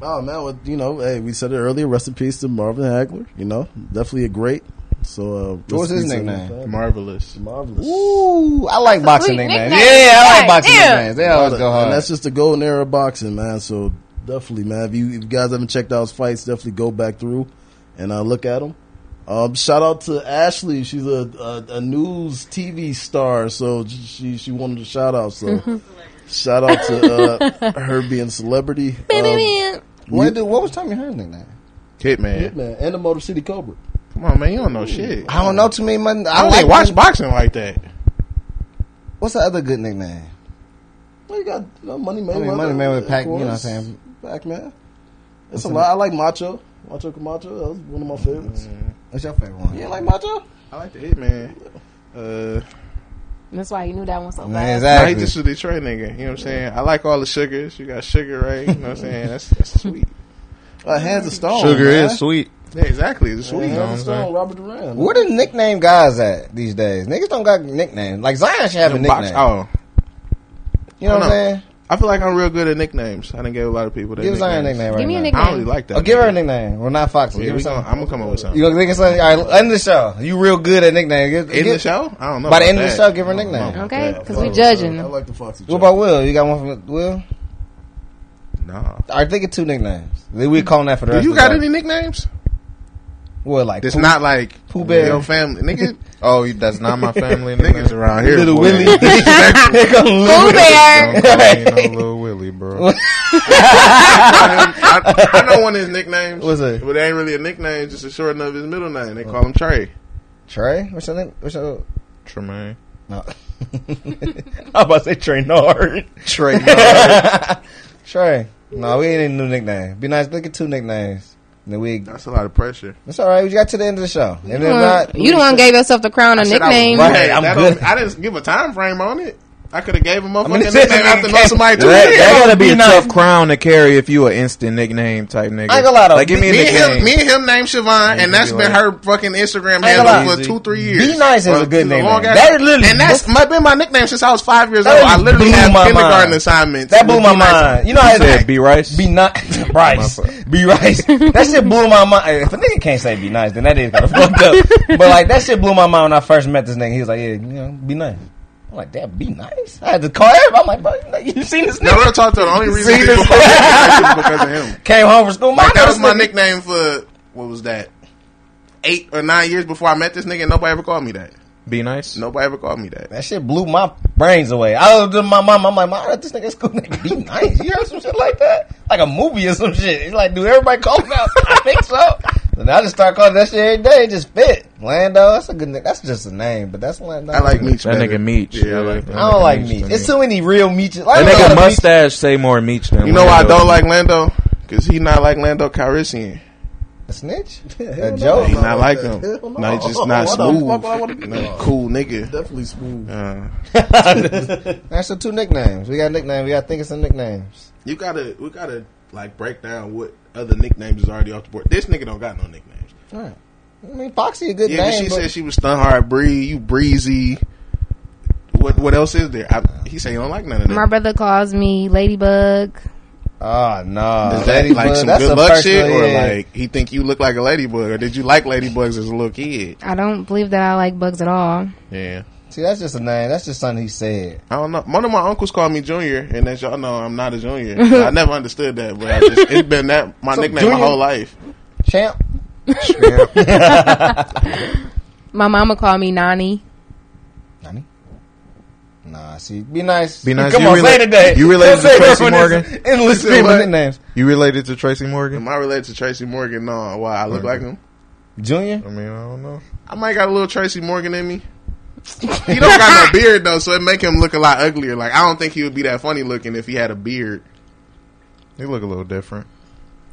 Oh man, well, you know, hey, we said it earlier. Rest in peace to Marvin Hagler. You know, definitely a great. So, uh, rest
was
in
his
peace to
nickname?
his family.
Marvelous.
Marvelous.
Ooh, I like boxing
sweet
nicknames.
nickname.
Yeah, I
God
like boxing
damn.
nicknames. They always go
And
hard.
that's just the golden era of boxing, man. So definitely, man. If you, if you guys haven't checked out his fights, definitely go back through and uh, look at them. Um, shout out to Ashley. She's a, a, a news TV star, so j- she she wanted a shout out. So shout out to uh, her being celebrity. Um,
Baby, man.
What, do- what was Tommy Hearns nickname?
Hitman.
Hitman and the Motor City Cobra.
Come on, man. You don't know shit.
I don't know too many. Money.
I
I
don't
like
even watch
them.
boxing like that.
What's the other good nickname?
Well, you got uh, Money Mayweather.
I mean, Money Mayweather,
of
Pac- you know
course.
what I'm saying?
Pac-Man. It's a lot. I like Macho. Macho Camacho. That was one of my favorites.
What's your favorite one?
You ain't like Macho?
I like the Hitman. Uh,
That's why you knew that one so
Man,
bad.
I like
exactly.
this is Detroit nigga. You know what I'm saying? I like all the sugars. You got sugar, right? You know what I'm saying? That's, that's sweet.
Uh, Hands of Stone.
Sugar
man.
is sweet.
Yeah, exactly. It's
Yeah,
sweet.
Hands of
You know what I'm
Stone. Robert Duran.
Where the nickname guys at these days? Niggas don't got nicknames. Like Zion should have a
The box-
nickname.
oh,
you know what I'm
I don't
saying?
I feel like I'm real good at nicknames. I didn't give a lot of people. Their
Give Zion a
nicknames.
nickname right
Give me a
now.
nickname.
I don't really like that.
Oh, give her a nickname. Well, not Foxy.
Yeah,
give her
we
something.
gonna, I'm gonna come up with something.
You gonna think of something? All right, end the show. You real good at nickname. Give,
In
give-
the show? I don't know.
By the
about
end of the
that.
show, give her a
I don't know
nickname.
about
Okay,
that.
because we judging
I
them.
like the Foxy.
What about Will? You got one from Will?
Nah.
All right, think of two nicknames. Then we calling that for the
Do
rest
you
of the
got
day.
any nicknames?
What like
It's
Pooh-
not like
Pooh Bear.
your family, nigga.
Oh, you- that's not my family.
niggas
nickname.
around here.
Little
boy.
Willie? Here come Little
Pooh Bear.
Don't call me no little Willie, bro.
I, I know one of his nicknames.
What's it?
But it ain't really a nickname, it's just a shortening of his middle name. They call him Trey.
Trey. What's your name? What's your
Tremaine.
no? I'm about to say Trey Nard.
Trey.
Trey. No, we ain't need a new nickname. Be nice. Look at two nicknames. Then we.
That's a lot of pressure.
That's all right. We got to the end of the show, and if
You
not,
the one gave yourself the crown of
Said I was
nickname.
bad.
Right, I'm
That
good.
don't- I didn't give a time frame on it. I could have gave him a
I mean,
motherfucking
it
nickname
says it
after know
came-
somebody two
That,
years.
that gotta be
Be
a
nice.
tough crown to carry if you an instant nickname type nigga.
I ain't gonna lie, though.
Like, give me a
Me and
nickname.
him, me and him named Siobhan, and that's been her fucking Instagram
I ain't gonna
handle
lie.
for two, three years.
Be nice is
Or
a good
a
nickname.
long ass-
That is literally
and that's my, been my nickname since I was five years
That
old. I
really
literally
blew
had
my
kindergarten
mind.
assignments.
That
Be
blew my
nice.
mind. You know how
You
it's
said be rice.
Be nice, Bryce.
My fault.
Be rice. That shit blew my mind. If a nigga can't say be nice, then that is kind of fucked up. But like that shit blew my mind when I first met this nigga. He was like, yeah, you know, be nice. I'm like, damn, be nice. I had to call him. I'm like, bro, you, know, you seen this
Now
nigga?
real talk though, the only reason
See
people
this-
call me nickname is because of him.
Came home from school.
Like
I know
that was
this
my
nigga-
nickname for what was that? Eight or nine years before I met this nigga, and nobody ever called me that.
Be nice.
Nobody ever called me that.
That shit blew my brains away. I was to my mom. I'm like, mom, this nigga's cool. Nigga, be nice. You heard some shit like that, like a movie or some shit. It's like, dude, everybody call him out. I think so. And I just start calling that shit every day. It just fit. Lando. That's a good. name. That's just a name, but that's Lando.
I like Meech.
That
better.
nigga Meech.
Yeah, I like
that
that.
I don't
nigga
like meat.
to
It's
me.
too many real meat. Like,
That
I don't
nigga
know how to meat-
mustache say more Meech than
You know why I
Lando.
don't like Lando? Because he not like Lando Calrissian.
A snitch.
hell
A
Oh, no.
joke.
He not like him.
Hell
No,
no.
he just not
Why the
smooth.
fuck would I wanna be-
No, cool nigga.
Definitely smooth.
Uh,
That's the two nicknames. We got nicknames. We got to think of some nicknames.
you gotta, we gotta like break down what other nicknames is already off the board. This nigga don't got no nicknames.
I mean, Foxy a good
Yeah, 'cause
name.
she
but-
said she was stun hard bree. You breezy. What what else is there? I, he say he don't like none of that.
My brother calls me Ladybug.
oh no.
Is that like
Ladybug,
some
that's a
good luck
personal-
shit, or
yeah.
like he think you look like a ladybug, or did you like ladybugs as a little kid?
I don't believe that I like bugs at all.
Yeah,
See, that's just a name. That's just something he said.
I don't know. One of my uncles called me Junior, and as y'all know, I'm not a junior. I never understood that, but I just, it's been that my
So
nickname my
Junior-
whole life.
Champ.
My mama called me Nani.
Nah, see, be nice.
Be nice.
Come
You
on,
rela-
say today.
you related
Say
to Tracy
reference
Morgan?
And listen to
what?
nicknames.
You related to Tracy
Am
Morgan?
I related to Tracy Morgan? No, why I look like him?
Junior.
I mean, I don't know.
I might got a little Tracy Morgan in me. He don't got no beard though, so it make him look a lot uglier. Like I don't think he would be that funny looking if he had a beard.
You look a little different.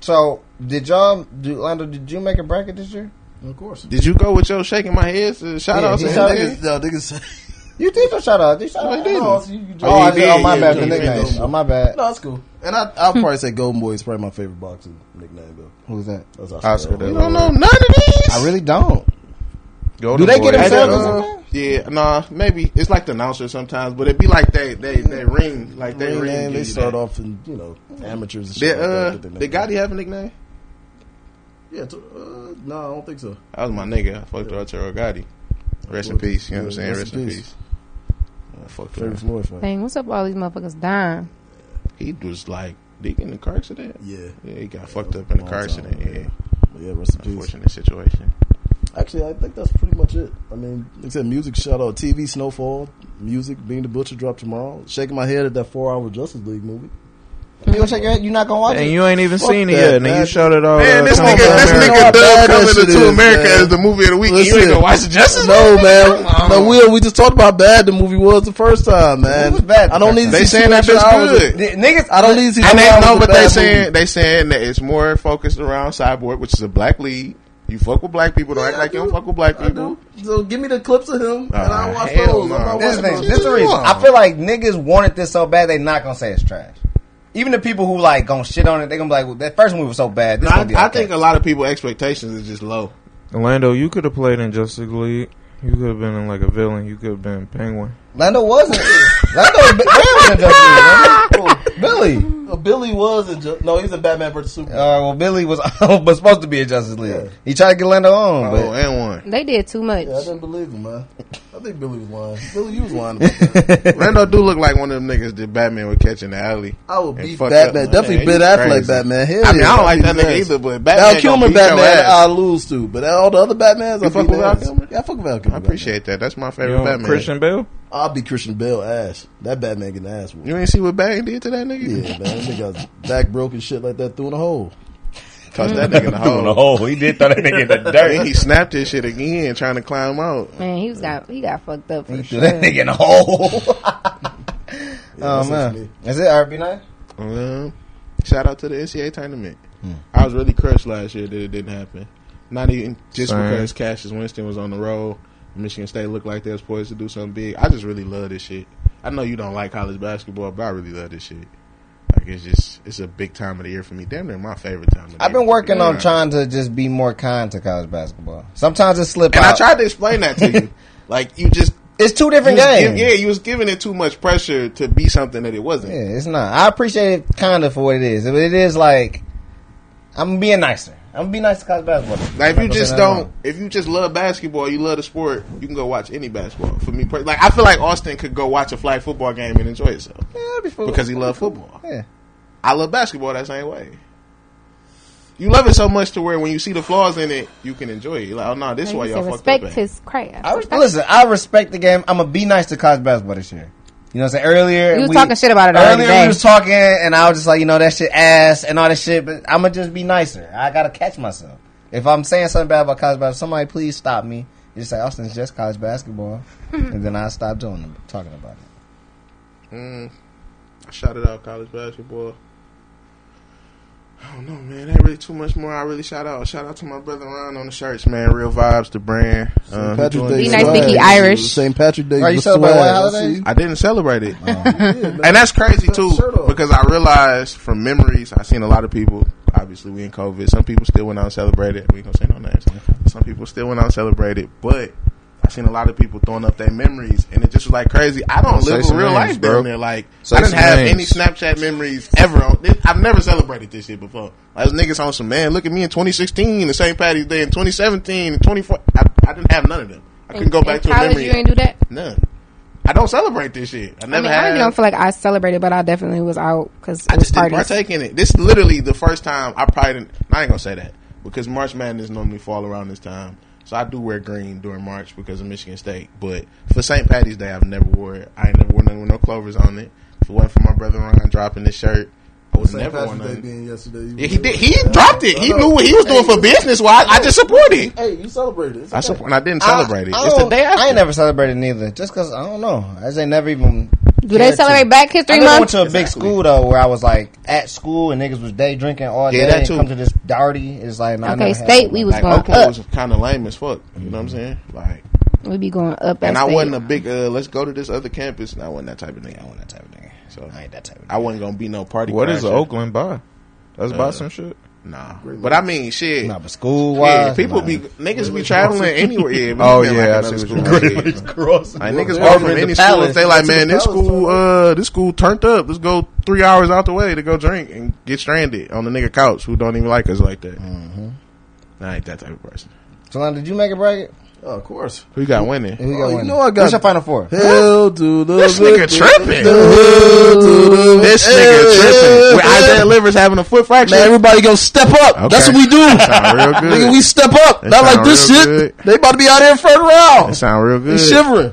So, did y'all, do, Lando? Did you make a bracket this year?
Of course.
Did you go with your shaking my head? Uh, shout
Yeah,
out to
he
him.
shout-
nigga?
No, niggas.
You did your shout out. Did shout out?
didn't.
Oh, so you- you-
Oh,
oh,
he
I did.
did.
Oh, my
Yeah,
bad.
yeah,
for
he
nicknames.
did.
Oh, my bad.
No, it's cool. And I, I'll probably say Golden Boy is probably my favorite boxing nickname, though.
Who's that?
That's
Oscar.
You
De La
don't know
Hoya.
none of these.
I really don't.
Golden
they
Boy
get
is
themselves
good.
in
Uh, yeah, nah, maybe it's like the announcer sometimes, but it be like they they they ring like they
They,
ring.
name,
give
they
you
start
that.
off in, you know, amateurs and shit. like
Did
that,
uh
get their
did
nickname.
Gotti have a nickname?
Yeah, t- uh, no, I don't think so.
That was my nigga. I fucked Arturo Gotti. Rest in peace. You know what I'm saying? Rest in peace. I fucked
Favorite
him.
Floyd fight.
Dang, what's up with all these motherfuckers dying?
He was like big in the car accident.
Yeah.
Yeah, he got fucked up in the
Long
car
time,
accident. Yeah,
yeah. Yeah, rest in peace.
unfortunate situation.
Actually, I think that's pretty much it. I mean, like I said, music shout out, TV, Snowfall, music, Being the Butcher drop tomorrow. Shaking my head at that four hour Justice League movie.
You gonna check your head? You not gonna watch
And
it?
you ain't even
Fuck
seen it
that,
yet, and
man.
you showed it all.
Man,
uh,
this
Coming
nigga,
to
this
America.
You know how bad
nigga done
that
coming
shit
to
is,
America
man.
as the movie of the week. and You
Listen.
ain't gonna watch the Justice League?
No, man. But Will, we just talked about how bad the movie was the first time, man.
It was bad the
I don't need
first
to
time.
see
They saying
two
that
extra
bitch
hours of-
good.
Th- niggas,
I don't need to see
And
two
they
hours
know,
of
but
bad
they
movie.
saying they saying that it's more focused around Cyborg, which is a black lead. You fuck with black people, don't act like you don't fuck with black
I
people.
do. So give me the clips of him, and
Ah,
I'll watch
hell
those.
no.
I'm not
This is
watching
the thing.
those.
This is the reason. I feel like niggas wanted this so bad they not gonna say it's trash. Even the people who like gonna shit on it, they gonna be like, well, that first movie was so bad. This
No,
gonna be
I, I
okay.
think a lot of people expectations is just low.
Orlando, you could have played in Justice League. You could have been like a villain. You could have been Penguin.
Lando wasn't. Lando was better than Justice League. wasn't he? Billy.
Uh, Billy was in Ju- no, he's in Batman vs
Uh,
Superman.
well, Billy was was supposed to be a Justice League. He tried to get Lando on,
Oh, and one.
They did too much.
yeah, I didn't believe him, man. I think Billy was lying. Billy, you was lying. About that.
Randall do look like one of them niggas that Batman would catch in the alley.
I would
And
beat
fuck
Batman.
up.
Definitely
Man,
Ben
he's
Affleck
crazy.
Batman. Hell
I mean,
yeah,
I don't like
beat
that
his
nigga
ass.
either, but
Val
Batman. gonna
Kilmer
beat your
Batman,
ass.
I lose to, but all the other Batmans, I
You fuck
beat
with
their
Val
ass.
Kilmer?
Yeah, I fuck with Val Kilmer.
I appreciate that. That's my
You
favorite
know,
Batman.
Christian Bale.
Batman. I'll be Christian Bale ass. That Batman getting ass whooped.
You ain't see what Bang did to that nigga?
Yeah, man, that nigga back broke and shit like that through in a hole.
Cause that nigga in the hole.
oh, he did throw that nigga in the
And he snapped his shit again, trying to climb out.
Man, he was got he got fucked up for
He
sure.
threw that nigga in the hole.
that's
oh
it for
man,
me.
is it RB9?
Um, shout out to the NCAA tournament.
Hmm.
I was really crushed last year that it didn't happen. Not even just
Same.
because Cassius Winston was on the road. Michigan State looked like they was poised to do something big. I just really love this shit. I know you don't like college basketball, but I really love this shit. Like it's just it's a big time of the year for me. Damn near my favorite time. Of the
I've
year,
been
to be
working on
honest.
trying to just be more kind to college basketball. Sometimes it slip
and
out.
I tried to explain that to you. like you just
it's two
you
different
was
games.
give- yeah, you was giving it too much pressure to be something that it wasn't.
Yeah, it's not. I appreciate it kind of for what it is. But it is like I'm being nicer. I'm gonna be nice to college basketball.
Now,
I'm
if
not
you
gonna
just
say nothing
don't, if you just love basketball, you love the sport, you can go watch any basketball. For me, per- like I feel like Austin could go watch a flag football game and enjoy itself
wrong. Yeah, that'd be cool.
because he loved football.
Yeah.
I love basketball that same way. You love it so much to where when you see the flaws in it, you can enjoy it. You're like, oh no, this is
Like
why
you
y'all
said,
fucked up.
respect
at.
his craft.
I res- listen. I respect the game. I'm gonna be nice to college basketball this year. You know what I'm saying? Earlier,
You was
we-
talking shit about it already
Earlier,
today.
we was talking, and I was just like, you know, that shit ass and all that shit. But I'm gonna just be nicer. I gotta catch myself. If I'm saying something bad about college basketball, somebody please stop me. You just say, Austin, it's just college basketball, and then I stop doing talking about it.
Mm, I shouted out college basketball. I don't know, man. Ain't really too much more. I really shout out. Shout out to my brother Ron on the shirts, man. Real vibes, the brand. Uh, he doing
Be
good.
nice, Vicky Irish.
St. Patrick Day.
Are you
was
celebrating
swag.
white holidays?
See?
I didn't celebrate it.
Oh.
Yeah, man.
And that's crazy
Put
too,
the shirt on.
because I realized from memories, I seen a lot of people. Obviously, we in COVID. Some people still went out and celebrated. We ain't gonna say no names. Some people still went out and celebrated, but I seen a lot of people throwing up their memories, and it just was like crazy. I don't
Say
live a
some
real
names,
life
bro.
down there. Like
Say
I didn't
some
have
names.
any Snapchat memories ever. On, this, I've never celebrated this shit before. Like those niggas on some man. Look at me in 2016, the St. Patty's Day in 2017, and 24. I, I didn't have none of them. I couldn't go back to a
college.
memory.
You ain't do that.
None. I don't celebrate this shit. I
I
never
mean,
had.
I don't feel like I celebrated, but I definitely was out because
I
it was
just didn't
parties.
partake in it. This is literally the first time I probably didn't. I ain't gonna say that because March Madness normally fall around this time, so I do wear green during March because of Michigan State. But for St. Patty's Day, I've never wore it. I ain't never worn nothing with no clovers on it. If it wasn't for my brother Ron dropping this shirt, I would
St.
never worn
Patrick's Day
nothing.
being yesterday. you
Yeah,
was
he
there.
did. He dropped it. He knew what he was doing for business. Why I just supported.
Hey, you celebrated. It's
I
okay.
support. And I didn't celebrate it.
I, I
It's the
don't-
day after.
I ain't never celebrated neither. Just because I don't know, I just ain't never even.
Do they
cared
celebrate
to.
Black History
I never went
Month?
to a big school though, where I was like at school and niggas was day drinking all
Yeah,
day.
that
and
too.
Come to this darty, it's like nah, I
Okay,
never had
state
that.
we was
Like
going
Oakland
up.
was kind of lame as fuck. You know what I'm saying? Like,
We be going up. at
and I
state.
wasn't a big. uh Let's go to this other campus. And I wasn't that type of nigga.
I wasn't that type of nigga.
So
I ain't that type of nigga.
I wasn't gonna be no party.
What is
crasher.
Oakland by? That's
Uh,
by some shit.
Nah, but I mean, shit.
Nah, but school wise,
yeah, people be niggas be traveling anywhere. Yeah,
Oh,
we been,
yeah, I
another
see what
school.
you mean.
Yeah.
crossing.
Like niggas
Over
go from
in the
any school
palace.
if they like,
That's
man,
what
this
the palace
school, uh, this school turned up. Let's go three hours out the way to go drink and get stranded on the nigga couch who don't even like us like that.
Mm-hmm.
I ain't that type of person.
Talon, did you make a bracket?
Oh, of course.
Who you got winning?
Mm-hmm.
Who you got
Oh, you
winning?
know I got-
What's your final four?
Hell to the
This nigga
victor.
tripping.
Hell to the
This
victor.
nigga tripping. With Isaiah Livers having a foot fracture.
Man, everybody gonna step up. That's what
Okay.
we do.
Sound real good.
Nigga, we step up.
That
Not like
sound
this
real
shit.
good.
They about to be out there in front
That
round.
sound real good.
He's shivering.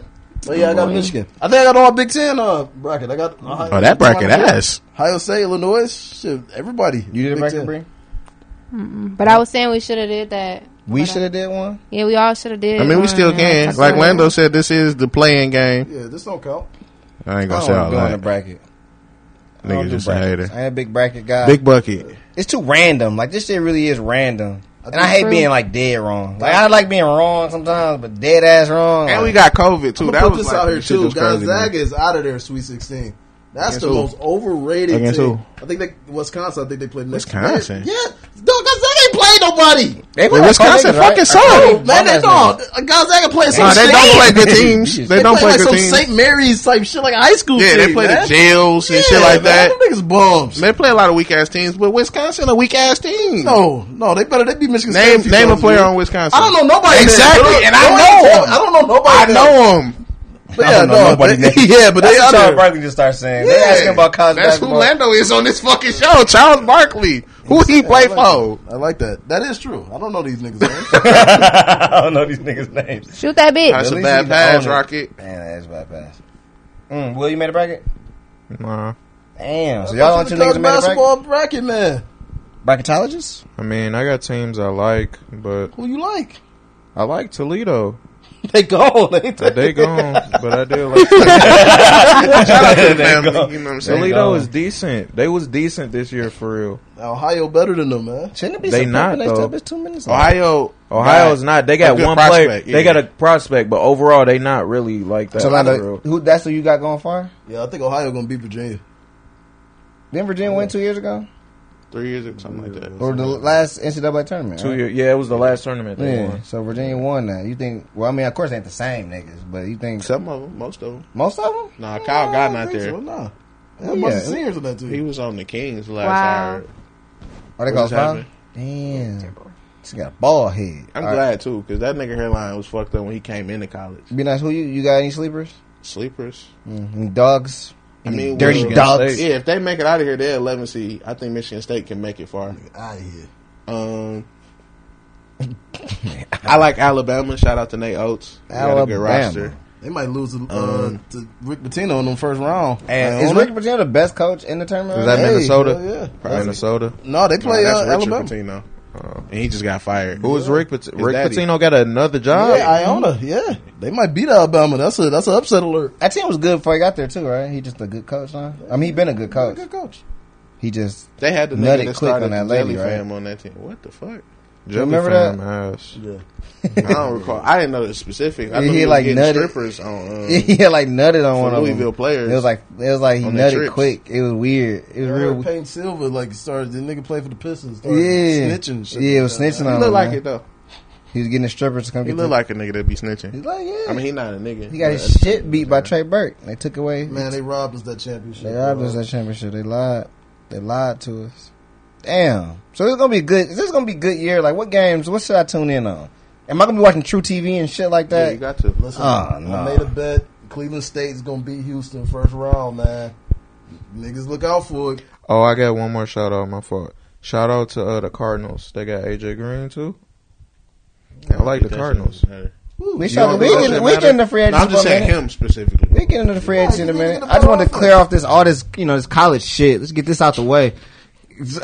Oh yeah, I got Michigan. I think I got all Big Ten uh, bracket. I got Ohio,
Oh, that bracket ass.
Ohio State, Illinois, shit, everybody.
You did a
Big
bracket,
Ten.
Bree?
But I was saying we should have did that.
We
But, uh,
should have did one.
Yeah, we all should have did.
I mean, we
one,
still
uh,
can.
that's
Like
what-
Lando said, this is the playing game.
Yeah, this don't count.
I ain't
I
gonna
don't
say
wanna
all
go in the
that.
bracket. I don't
Nigga
do
just a
brackets.
hater.
I ain't a big bracket guy.
Big bucket.
It's too random. Like this shit really is random. And I
think-
hate being like dead wrong. Like I like being wrong sometimes, but dead ass wrong.
And we
like,
got COVID too.
I'm
That
gonna put
was
this
like,
out here
shit
too.
was crazy,
Gonzaga
man.
is out of their Sweet Sixteen. That's
Against
the
who?
most overrated
Against
team.
who?
I think they Wisconsin. I think they played next.
Wisconsin?
Yeah, no, Gonzaga ain't played nobody.
they
Well, Wisconsin fucking
Oh,
sucked.
man, they don't. Uh, Gonzaga played some.
Nah, they
shit.
don't play good teams. They don't play
like
good
some
teams.
St. Mary's type shit, like a high school.
Yeah, they
team,
play the
man.
jails and shit
Yeah, man,
like that.
Them niggas bums.
They play a lot of weak ass teams, but Wisconsin a weak ass team.
No, no, they better. They be Michigan State.
Name
few
name a
times,
player
dude.
on Wisconsin.
I don't know nobody.
Exactly,
there.
and I
Don't
know
tell-
him.
I don't know
I
nobody. there.
know him.
But
I
yeah,
don't know
no,
nobody
they-
there.
yeah, but they
That's
out
what Charles
there.
Barkley just started saying. They
Yeah.
asking about college
That's who
basketball.
Lando is on this fucking show. Charles Barkley. Who he
I
play
like
for?
that. I like that. That is true. I don't know these niggas. man.
I don't know these niggas' names.
Shoot that bitch.
That's
At
a
least
bad
he
pass,
owned it.
Rocket.
Man, that's bad pass. Mm, Will you made a bracket?
Nah,
Damn. So y'all don't
Welcome
two
to
niggas
the
made a bracket?
basketball bracket, man.
Bracketologists?
I mean, I got teams I like, but
Who you like?
I like Toledo.
They gone. They
They gone, but I did like Toledo.
Family, you know
gone.
what I'm saying?
Toledo
gone.
is decent. They was decent this year for real.
Ohio better than them, man.
Shouldn't it be
They
some
not,
next
though.
up? It's two minutes left.
Ohio.
Ohio's
got
not. They
a
got
good
one player.
prospect,
They
yeah.
got a prospect, but overall they not really like that.
So not
for
a-
real.
who, that's who you got going far?
Yeah, I think Ohio gonna beat Virginia.
Didn't Virginia win two years ago?
three years or something like that.
Or the last NCAA tournament?
Two
right?
year, yeah, it was the last tournament they
Yeah,
won.
so Virginia won that. You think? Well, I mean, of course, they ain't the same niggas, but you think
Some of them, most of them.
most of them?
Nah, Kyle got not
So,
there.
nah.
Yeah.
That must have seniors on that
He
team.
was on the Kings last
Wow.
year.
Are they
What
called
just
five?
happened?
Damn, she got a bald head.
I'm
All right.
glad too, because that nigga hairline was fucked up when he came into college.
Be nice. Who you? You got any sleepers?
Sleepers.
Mm, Any dogs?
I mean,
Mm, dirty
well,
dogs.
Yeah, if they make it out of here, they're 11 seed. I think Michigan State can make it far.
Out of here.
Um, I like Alabama. Shout out to Nate Oates. He got a good
Alabama.
roster.
They might lose to, uh,
Um,
to Rick Pitino in the first round.
And is Rick Pitino the best coach in the tournament?
Is
right
that
now?
Minnesota?
hell yeah.
Probably Minnesota.
no, they
No,
play
that's
uh,
Richard
Alabama.
Pitino.
Oh.
and he just got fired.
Who was Rick? Pat- Rick
daddy.
Pitino got another job.
Yeah, Iona. Yeah, they might beat Alabama. That's a that's an upset alert.
That team was good before he got there too, right? He just a good coach, huh? I mean, he been a good coach.
Good coach.
He just
They had the
Nutted
nigga that
quick
started
on that
the
lady,
Jelly
right?
Fam on that team. What the fuck?
Jelly
remember
fam ass.
I don't recall. I didn't know the specifics. I
He
know he was
like
getting
nutted.
strippers on um,
he had like nutted on
for
one
Louisville
of them.
players.
It was like it was like he
on their
nutted
trips.
quick. It was weird. It was
I
real.
heard Payne Silver like started. The nigga played for the Pistons. Started
Yeah,
snitching. and Shit
yeah, it was
like that.
snitching
he
on.
look
him,
like
man.
it though.
He was getting the strippers to come
Oh, He
get.
look
the-
like a nigga that be snitching.
He's like, yeah.
I mean, he not a nigga.
he got his
but-
shit beat by Trey Burke. They took away.
Man, they robbed us that championship.
they robbed us that championship. They lied. They lied to us. Damn. So it's gonna be good. This is gonna be a good year. Like, what games? What should I tune in on? Am I gonna be watching True TV and shit like
Yeah,
that?
you got to.
Listen,
Oh,
I
nah.
made a bet. Cleveland State's gonna beat Houston first round, man. Niggas, look out for it.
Oh, I got one more shout out. My fault. Shout out to uh, the Cardinals. They got AJ Green too. I like the
That shit
Cardinals.
doesn't matter.
we
You don't think that
should. We get
shit
we
matter?
get in the free
No,
agents.
I'm just
for a
saying
minute.
him specifically.
We get into the free agents in a
you
minute.
thinking
I just want to
about
clear off this all this you know this college shit. Let's get this out the way. so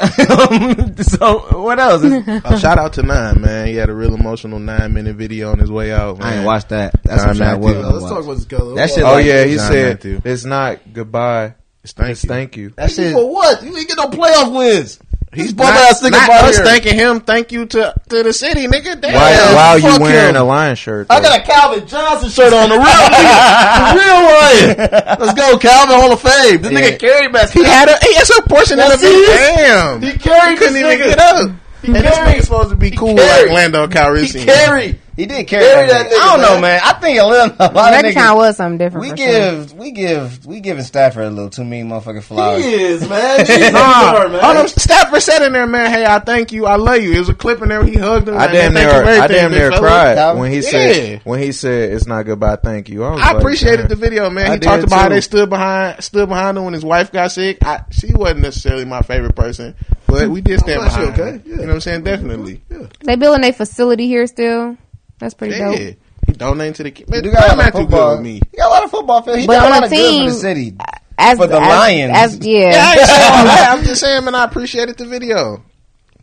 what else? I
Uh, shout out to Nine, man. He had a real emotional nine minute video on his way out. Man.
ain't watched that. That's
Nah,
what
man,
I was.
dude.
Uh, let's talk about this color.
That shit
Oh
like-
yeah, he
John
said
Matthew.
it's not goodbye.
It's thank
It's
you.
thank you.
That shit.
for what? You ain't get no playoff wins.
He's
bum ass nigga
not
bought
us
here.
thanking him. Thank you to to the city, nigga. Damn.
Why? why are you
fuck
wearing
him.
a lion shirt?
I got a Calvin Johnson shirt on. The real nigga. The real one. Let's go, Calvin Hall of Fame. This nigga carried my
He had a he had some portion of
That's
it. Damn.
He carried
couldn't
this
even
nigga.
get up.
He
And this
carried-
nigga's supposed to be cool
carried.
like Lando
He
Calrissian.
carried.
He did carry,
Carry
that.
that
nigga.
nigga,
I don't know,
man.
man. I think a little. A lot of
Next
niggas,
time was something different.
we
for sure.
give, we give, we giving Stafford a little too many motherfucking flowers.
He is, man. Jesus,
Nah,
Lord, man.
hold on. Stafford said in there, man. Hey, I thank you. I love you. It was a clip in there. He hugged him.
I
like,
damn
man,
near,
thank you for
I
everything,
damn
big
near
fella.
cried
Calvin.
when he
Yeah.
said when he said it's not goodbye, thank you. I, was
I
like,
appreciated
damn.
the video, man.
I
He talked
did,
about how
too.
they stood behind, stood behind him when his wife got sick. I, she wasn't necessarily my favorite person, but we did stand
glad she
behind.
okay.
her.
Yeah.
You know what I'm saying? Definitely.
They building a facility here still. That's pretty
Yeah.
dope.
He Donating to the kid. Man,
You
you
got a
got
lot of
Matthew
football.
good with me.
He got a lot of football field. He
But
did a
on
lot
the
of good for
team-
the city.
As
For the
as-
Lions.
as, yeah.
Yeah, I ain't saying all that. I'm just saying, man, I appreciated the video.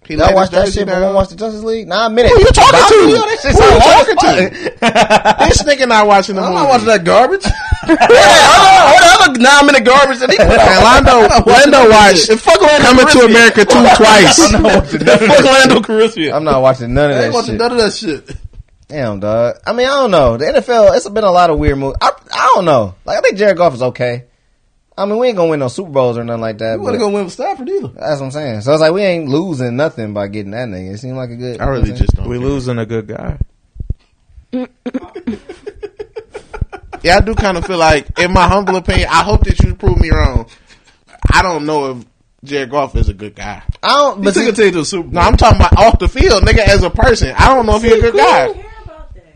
He
Y'all
laid his
watch that
jersey
shit, but
down.
won't watch the Justice League. Nah, I admit it.
Who you talking
Bouncy,
to?
yo, that shit's
Who you
hard
talking
as
to?
fuck.
This nigga not watching the movie.
not watching that garbage.
now I'm in the garbage that he put out. Lando, Lando watched fuck Coming to America 2 twice. fuck Lando Caribbean.
I'm not watching none of
I ain't
that
watching
shit.
none of that shit.
Damn, dog. I mean, I don't know. The NFL, it's been a lot of weird moves. I, I don't know. Like, I think Jared Goff is okay. I mean, we ain't gonna win no Super Bowls or nothing like that.
You wasn't
but
gonna win with Stafford either.
that's what I'm saying. So it's like we ain't losing nothing by getting that nigga. It seemed like a good.
I really just don't.
We
care.
losing a good guy.
Uh, Yeah, I do kind of feel like, in my humble opinion, I hope that you prove me wrong. I don't know if Jared Goff is a good guy.
I don't.
He
But
took
see,
a team to the Super Bowl.
No, I'm talking about off the field, nigga. As a person, I don't know if he's a good guy.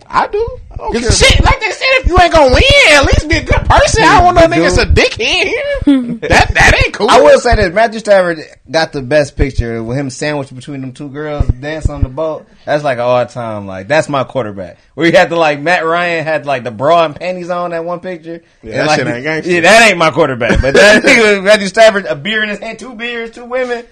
I do. Cause Shit, like they said, if you ain't gonna win, at least be a good person. I don't want no nigga that's a dickhead. that that ain't cool.
I will say this: Matthew Stafford got the best picture with him sandwiched between them two girls dancing on the boat. That's like an all time. Like that's my quarterback. Where he had to like Matt Ryan had like the bra and panties on that one picture.
Yeah,
And,
that
like,
shit ain't gangster.
Yeah, that ain't my quarterback. But that nigga Matthew Stafford, a beer in his hand, two beers, two women.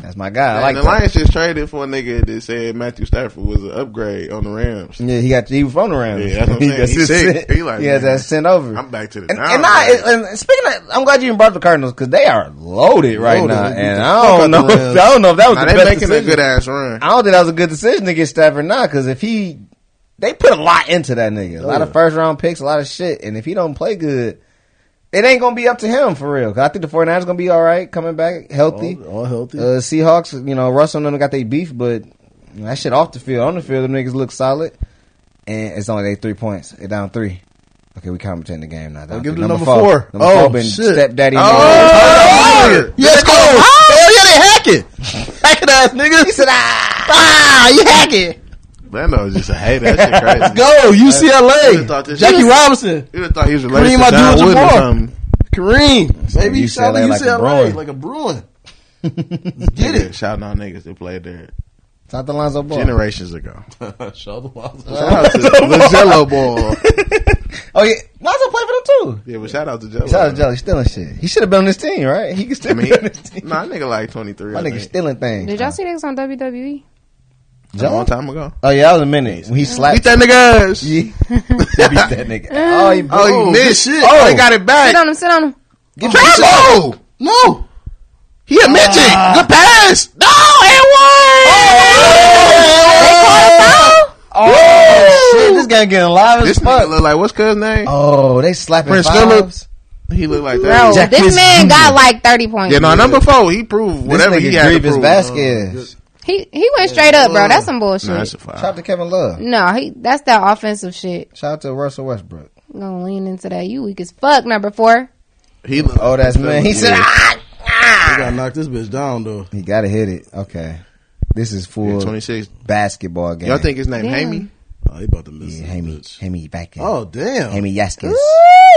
That's my guy. I like
the
that.
Lions just traded for a nigga that said Matthew Stafford was an upgrade on the Rams.
Yeah, he got he was on the Rams.
Yeah, that's what I'm saying.
That's
He
his
sick.
shit.
He like,
He has
man,
that sent over.
I'm back to the
Mm-hmm. And,
now,
and, I,
man.
and and speaking of, I'm glad you brought up the Cardinals because they are loaded right
Loaded.
now.
They beat
And
the
I don't know.
fuck out the
I
Rams.
don't know if that was
Now,
the
they
best
making
decision.
a good ass run.
I don't think that was a good decision to get Stafford now because if he, they put a lot into that
Oh,
nigga. A lot of first round picks, a lot of shit. And if he don't play good, it ain't going to be up to him for real. 'Cause I think the 49ers going to be all right coming back healthy.
all, all Oh, healthy.
Uh, Seahawks, you know, Russell and them got their beef, but that shit off the field. On the field, them niggas look solid. And it's only they three points. They down three. Okay, we commentating the game now. Down
give
three.
them number four.
Number
Oh,
four been
shit.
stepdaddy.
Oh, yes, go! Hell yeah, they hacking, hacking ass niggas. He said, ah, ah, you hacking.
Lando is just a hater. That shit crazy.
Go
thought
UCLA.
this-
Jackie Robinson,
You'd have thought he was related
Kareem
to Don
Abdul-Jabbar.
Wood or something.
Kareem. Maybe you
UCLA
sound like
like a
UCLA,
Bruin.
like a Bruin.
Get it? Shouting out niggas that played there
Not the Lonzo Ball.
generations ago.
Shout
Shout out to LaJello Ball.
Oh yeah, Lonzo played for them too.
Yeah, but shout out to Jello.
Shout out to Jelly stealing shit. He should have been on this team, right? He could still
I mean,
be on this team.
nah, nigga like 23.
My
I
nigga
think.
stealing things.
Did y'all see this on E? WWE?
a long time ago.
Oh yeah, that was a minute when he slapped.
Beat that nigga ass.
Yeah. Beat that nigga. Oh, he,
Oh, he missed.
shit.
Oh, he got it back.
Sit on him. Sit on him.
Bravo!
No.
He a midget.
Ah.
Good pass. No, and one.
Oh, shit, this guy getting live as
This nigga
fuck.
look like what's cuz name?
Oh, they slapping
Prince
fives.
He look like that.
Jack
this
Chris
man
Jr.
got like thirty points.
Yeah, no, number four. He proved
This
whatever
nigga
he had to
Grievous
prove.
Vasquez.
He he went straight up, bro. That's some bullshit.
Nah, that's a five.
Shout out to Kevin Love.
no, he that's that offensive shit.
Shout out to Russell Westbrook.
I'm gonna lean into that. You weak as fuck. Number four.
He look.
Oh, that's man. He said, ah!
I gotta knock this bitch down though.
He gotta hit it. Okay. This is full
Yeah, 26.
basketball game.
Y'all think his name
Damn.
Hammy?
Oh, he about to miss
Yeah,
this
Hammy,
bitch.
Hammy back in.
Oh damn.
Hammy Yaskis.
Ooh,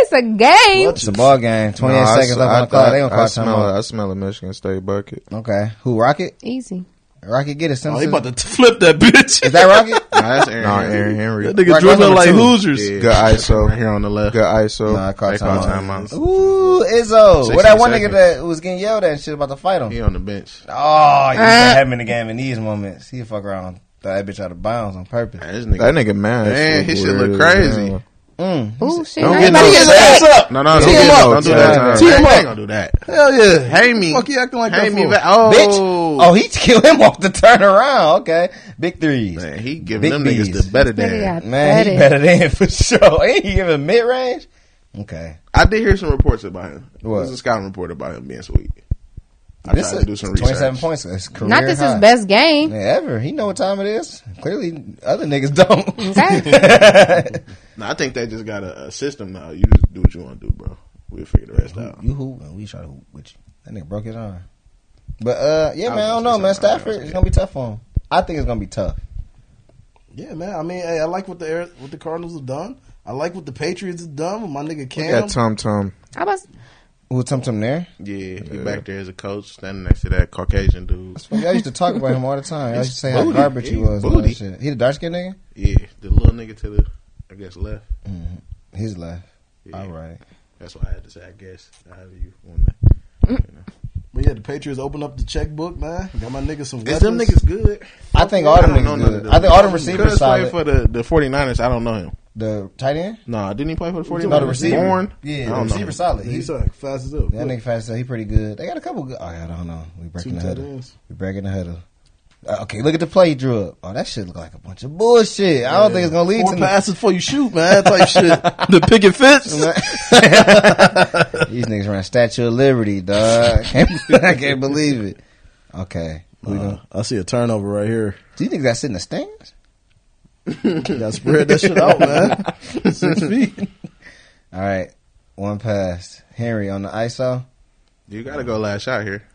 it's a game.
It's a ball game. 28
No, I
seconds
s-
left
I
on the clock.
thought-
They gonna
I
call
smell, it.
timeout.
I smell a Michigan State bucket.
Okay. Who, Rocket?
Easy.
Rocket get it.
Oh,
Simpson.
he about to t- flip that bitch.
is that Rocket?
Nah, that's Aaron.
No,
Henry.
Aaron Henry.
that
Good
nigga
Right,
dribbling
number
like
two.
losers.
Yeah.
ISO.
right here on the left.
Good ISO.
Nah, I call
They call
timeout.
timeouts.
Ooh, Izzo. Well, that one nigga
16
that was getting yelled at and shit about to fight him.
He on the bench.
Oh, you gotta have him in the game in these moments. He fuck around. Throw that bitch out of bounds on purpose.
Nah, this nigga.
That nigga mad.
Man, his shit look
weird.
crazy.
Yeah.
Mm.
Ooh, shit.
Don't
now
get
everybody
no
get
sacks.
back.
No, no, don't,
Team
do that.
up.
don't do that.
Yeah.
Tyron.
Team
They ain't
up.
gonna do that.
Hell yeah.
Hammy.
Fuck you acting like that
Hammy.
for?
Va-
Bitch.
oh.
Oh, he killed him off the turnaround. Okay. Big threes.
Man, he giving
Big
them
B's.
niggas the better
Nigga
than.
got
Man, he
batted.
better than for sure. Ain't he giving mid range? Okay.
I did hear some reports about him.
What?
There's a scouting report about him being sweet. I
This
tried
is
to do some
27
research.
points. That's career
Not this
high.
his best game.
Yeah, ever. He know what time it is. Clearly, other niggas don't.
Okay.
No, I think they just got a, a system now. You just do what you want to do, bro. We'll figure the rest out.
you hoop and we try to hoop with you. That nigga broke his arm. But uh, yeah, man, I
gonna
don't know,
say
man.
something. I was
Stafford,
gonna
it's
say-
gonna be tough on him. I think it's gonna be tough.
Yeah, man. I mean, hey, I like what the Ari- what the Cardinals have done. I like what the Patriots have done with my nigga Cam.
That Tom Tom.
I was
Ooh, Tum Tum there.
Yeah, you back there as a coach, standing next to that Caucasian dude.
Y'all used to talk about him all the time. Y'all used to say how
booty.
garbage he
He's
was. and all that
booty.
shit. He the dark skinned nigga?
Yeah, the little nigga to the I guess left.
His Mm-hmm. left.
Yeah.
All right.
That's why I had to say I guess. However you want to.
But yeah, the Patriots opened up the checkbook, man. Got my niggas some weapons.
Is them niggas good?
I think all them
don't know
niggas
none of
good.
them.
I think all them
Cuz
receivers
played
solid.
for the, the 49ers. I don't know him.
the tight end?
Nah, didn't he play for the 49ers?
No, the receiver.
Bourne? I
Yeah, the
don't know
receiver
him.
solid.
He's
He's a,
like fast as up.
that nigga fast. so He pretty good. They got a couple good. Oh, I don't know. We breaking
Two
the
tight
huddle.
ends.
We breaking the huddle. Uh, okay, look at the play he drew up. Oh, that shit look like a bunch of bullshit. I don't think it's gonna lead
Four
to nothing.
passes before you shoot, man. Type shit. The pick and fits.
These niggas ran Statue of Liberty, dog. I can't, I can't believe it. Okay, we
Uh,
gonna,
I see a turnover right here.
do you think that's in the stands?
Gotta spread that shit out, man. Six feet.
All right, one pass. Henry on the ISO.
You got to go last shot here.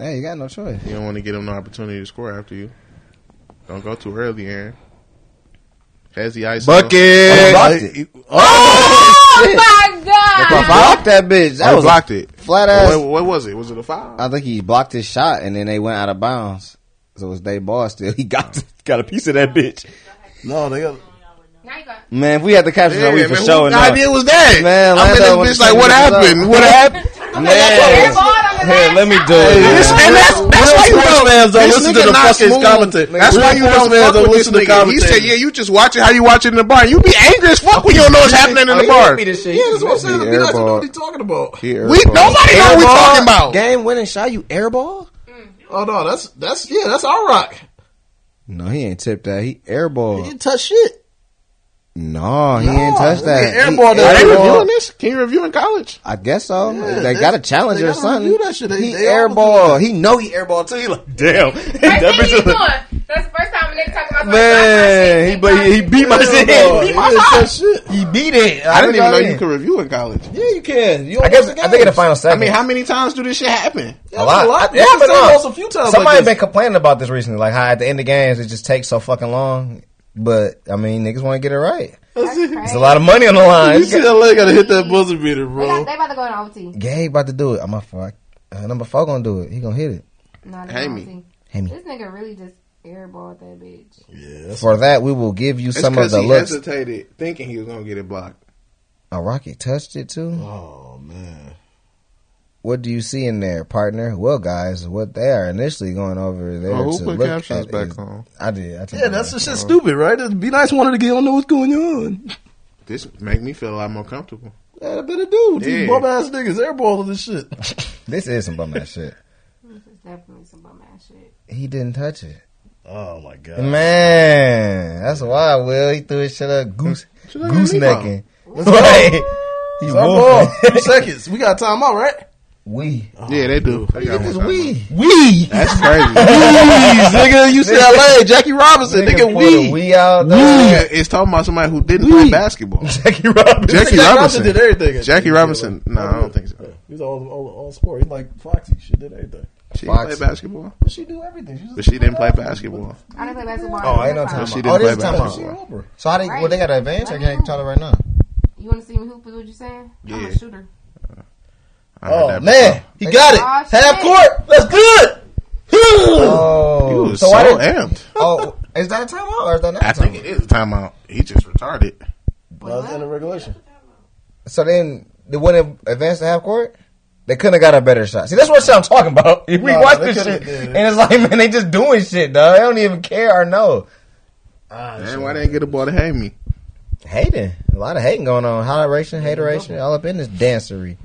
Hey, you got no choice.
You don't want to give them no opportunity to score after you. Don't go too early, Aaron. Has the ice.
Bucket.
Blocked
Blocked
it.
Oh my god!
Blocked that bitch. That
I
was a
blocked it.
flat ass.
What, what was it? Was it a foul?
I think he blocked his shot and then they went out of bounds. So it's they ball still. He got got a piece of that bitch.
No, they got.
Now you got
Man, if we had the caption on, we
Yeah,
for
man,
showing
whose
up.
idea was that?
Man,
I'm
Lando
in
wanna
this bitch like,
take
what
this
happened?
up.
What happened?
airballed on
Man.
the
Here,
last
let me do
shot.
it.
This- and that's, that's why you don't
fans don't
this
listen to
nigga
the
not
fucking
smooth.
commentator.
That's why you
Real
don't
fans
fuck
don't
with
listen
this
to
nigga. He said,
commentators.
"Yeah, you just watch it how you watch it in the bar. You be angry as fuck when you don't know what's happening in the bar. We
He
Yeah, that's what I'm saying. The
He
niggas know
airballed.
what he talking about.
nobody know what we talking about.
Game winning shot, you airball?
Oh no, that's that's yeah, that's our rock.
No, he ain't tipped that. He airball.
He didn't touch shit.
no, he ain't touched that.
Yeah,
He
airball that.
Are they
Airball.
reviewing this? Can you review in college?
I guess so.
Yeah,
they got a challenge
they
or
gotta
something.
review that shit. They-
he
they always do
airball. He know he airball too. He like, damn.
First thing he's doing. That's the first time a nigga talking about something.
Man, he, but he beat my shit.
Airball.
He
He
beat my
didn't
shot.
touch shit.
He beat it.
I didn't even know you could review in college.
Yeah, you can. You
I guess I think in the final
I
second.
mean, how many times do this shit happen?
a lot.
lot.
Yeah,
Niggas
but
say
no.
lost a few times
Somebody
like this.
been complaining about this recently, like how at the end of games it just takes so fucking long. But I mean, niggas want to get it right. It's a lot of money on the line.
You see that leg gotta hit that buzzer beater,
They got-
bro.
they about to go in OT.
Gabe about to do it. I'm a fuck. Uh, number four gonna do it. He gonna hit it.
No, they
Hey,
got
me.
OT.
Hey, me.
This nigga really just airballed that bitch.
For that, we will give you
It's
some of
because
the
he
looks.
hesitated, thinking he was gonna get it blocked.
A rocket touched it too.
Oh man.
What do you see in there, partner? Well, guys, what they are initially going over there
Oh, who
to
put
look
captions
at
back
is-
on?
I did. I took
Yeah,
it
that's
back.
the shit stupid, right? It'd be nice wanted to get on know what's going on.
This make me feel a lot more comfortable.
Yeah, I better do.
Yeah.
These bum ass niggas airballing this shit.
This is some bum ass shit.
This is definitely some bum ass shit.
He didn't touch it.
Oh my god.
Man, that's why Will he threw his shit up goose
at me,
goosenecking.
Let's go.
Like, he
It's our ball.
wolfing.
Two seconds. We got time out, right?
We.
yeah, they do. They got
It's
one time.
we.
We.
That's crazy.
Jeez, nigga, UCLA, Jackie Robinson, nigga,
Nigga pulled
we.
a we out.
Yeah,
dog.
it's talking about somebody who didn't
We-
play basketball.
Jackie Robinson.
Jackie Robinson.
did everything.
Jackie Robinson. No, I don't think so.
He's all all, all sport. He's like Foxy. She did everything.
She didn't play
Fox.
basketball,
But she do everything. She's
but she didn't play basketball.
I didn't play basketball.
Oh, ain't no time.
She
out.
didn't
Oh, this
play
is time
she
basketball.
out.
over.
So how they, well, they got an advance or can't tell it right now?
You want to see me hoop is what you saying? I'm
Yeah.
a shooter.
I heard
Oh
that
man, he got it.
Oh, shit.
Half court. That's good.
before. He
Oh.
was
So
so,
why did,
amped.
oh, is that a timeout or is that not a
I think
timeout?
it is a timeout. He just retarded.
Well, that's in the regulation.
So then they wouldn't advance to half court? They couldn't have got a better shot. See, that's what shit I'm talking about. If we
Nah,
watch
they
this shit,
could've did it.
and it's like, man, they just doing shit, dog. They don't even care or know.
Man, why they didn't get the ball to hang me?
Hating. A lot of hating going on. Holleration, hateration, all up in this dancery.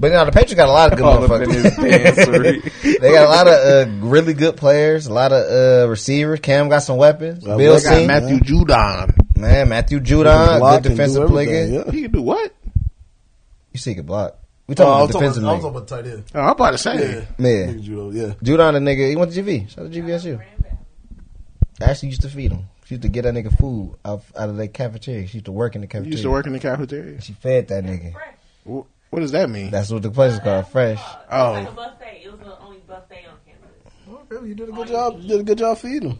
but now the Patriots got a lot of good
All up in this
motherfuckers.
dancery.
they got a lot of uh, really good players, a lot of uh, receivers. Cam got some weapons.
Well,
Bill
they got
Got
C.
Matthew Judon.
man, Matthew
He
Judon,
can block
good
and do
defensive play.
everything,
game.
yeah.
He can do what?
You see, he can block. We
Oh,
talking
I
about
was talking
defensive
about- I was
man.
talking about tight end.
Oh, I'm about to say.
Yeah.
Nigga judo, Yeah.
Judon, the nigga, he went to GV. Shout out to GVSU. Ashley used to feed him. She used to get that nigga food out, out of the cafeteria. She used to work in the
He
cafeteria.
used to work in the cafeteria.
She fed that nigga.
Wh- What does that mean?
That's what the place is called, fresh.
Oh,
buffet. It was the only buffet on campus.
Okay, Oh, you did a good job. You did a good job feeding him.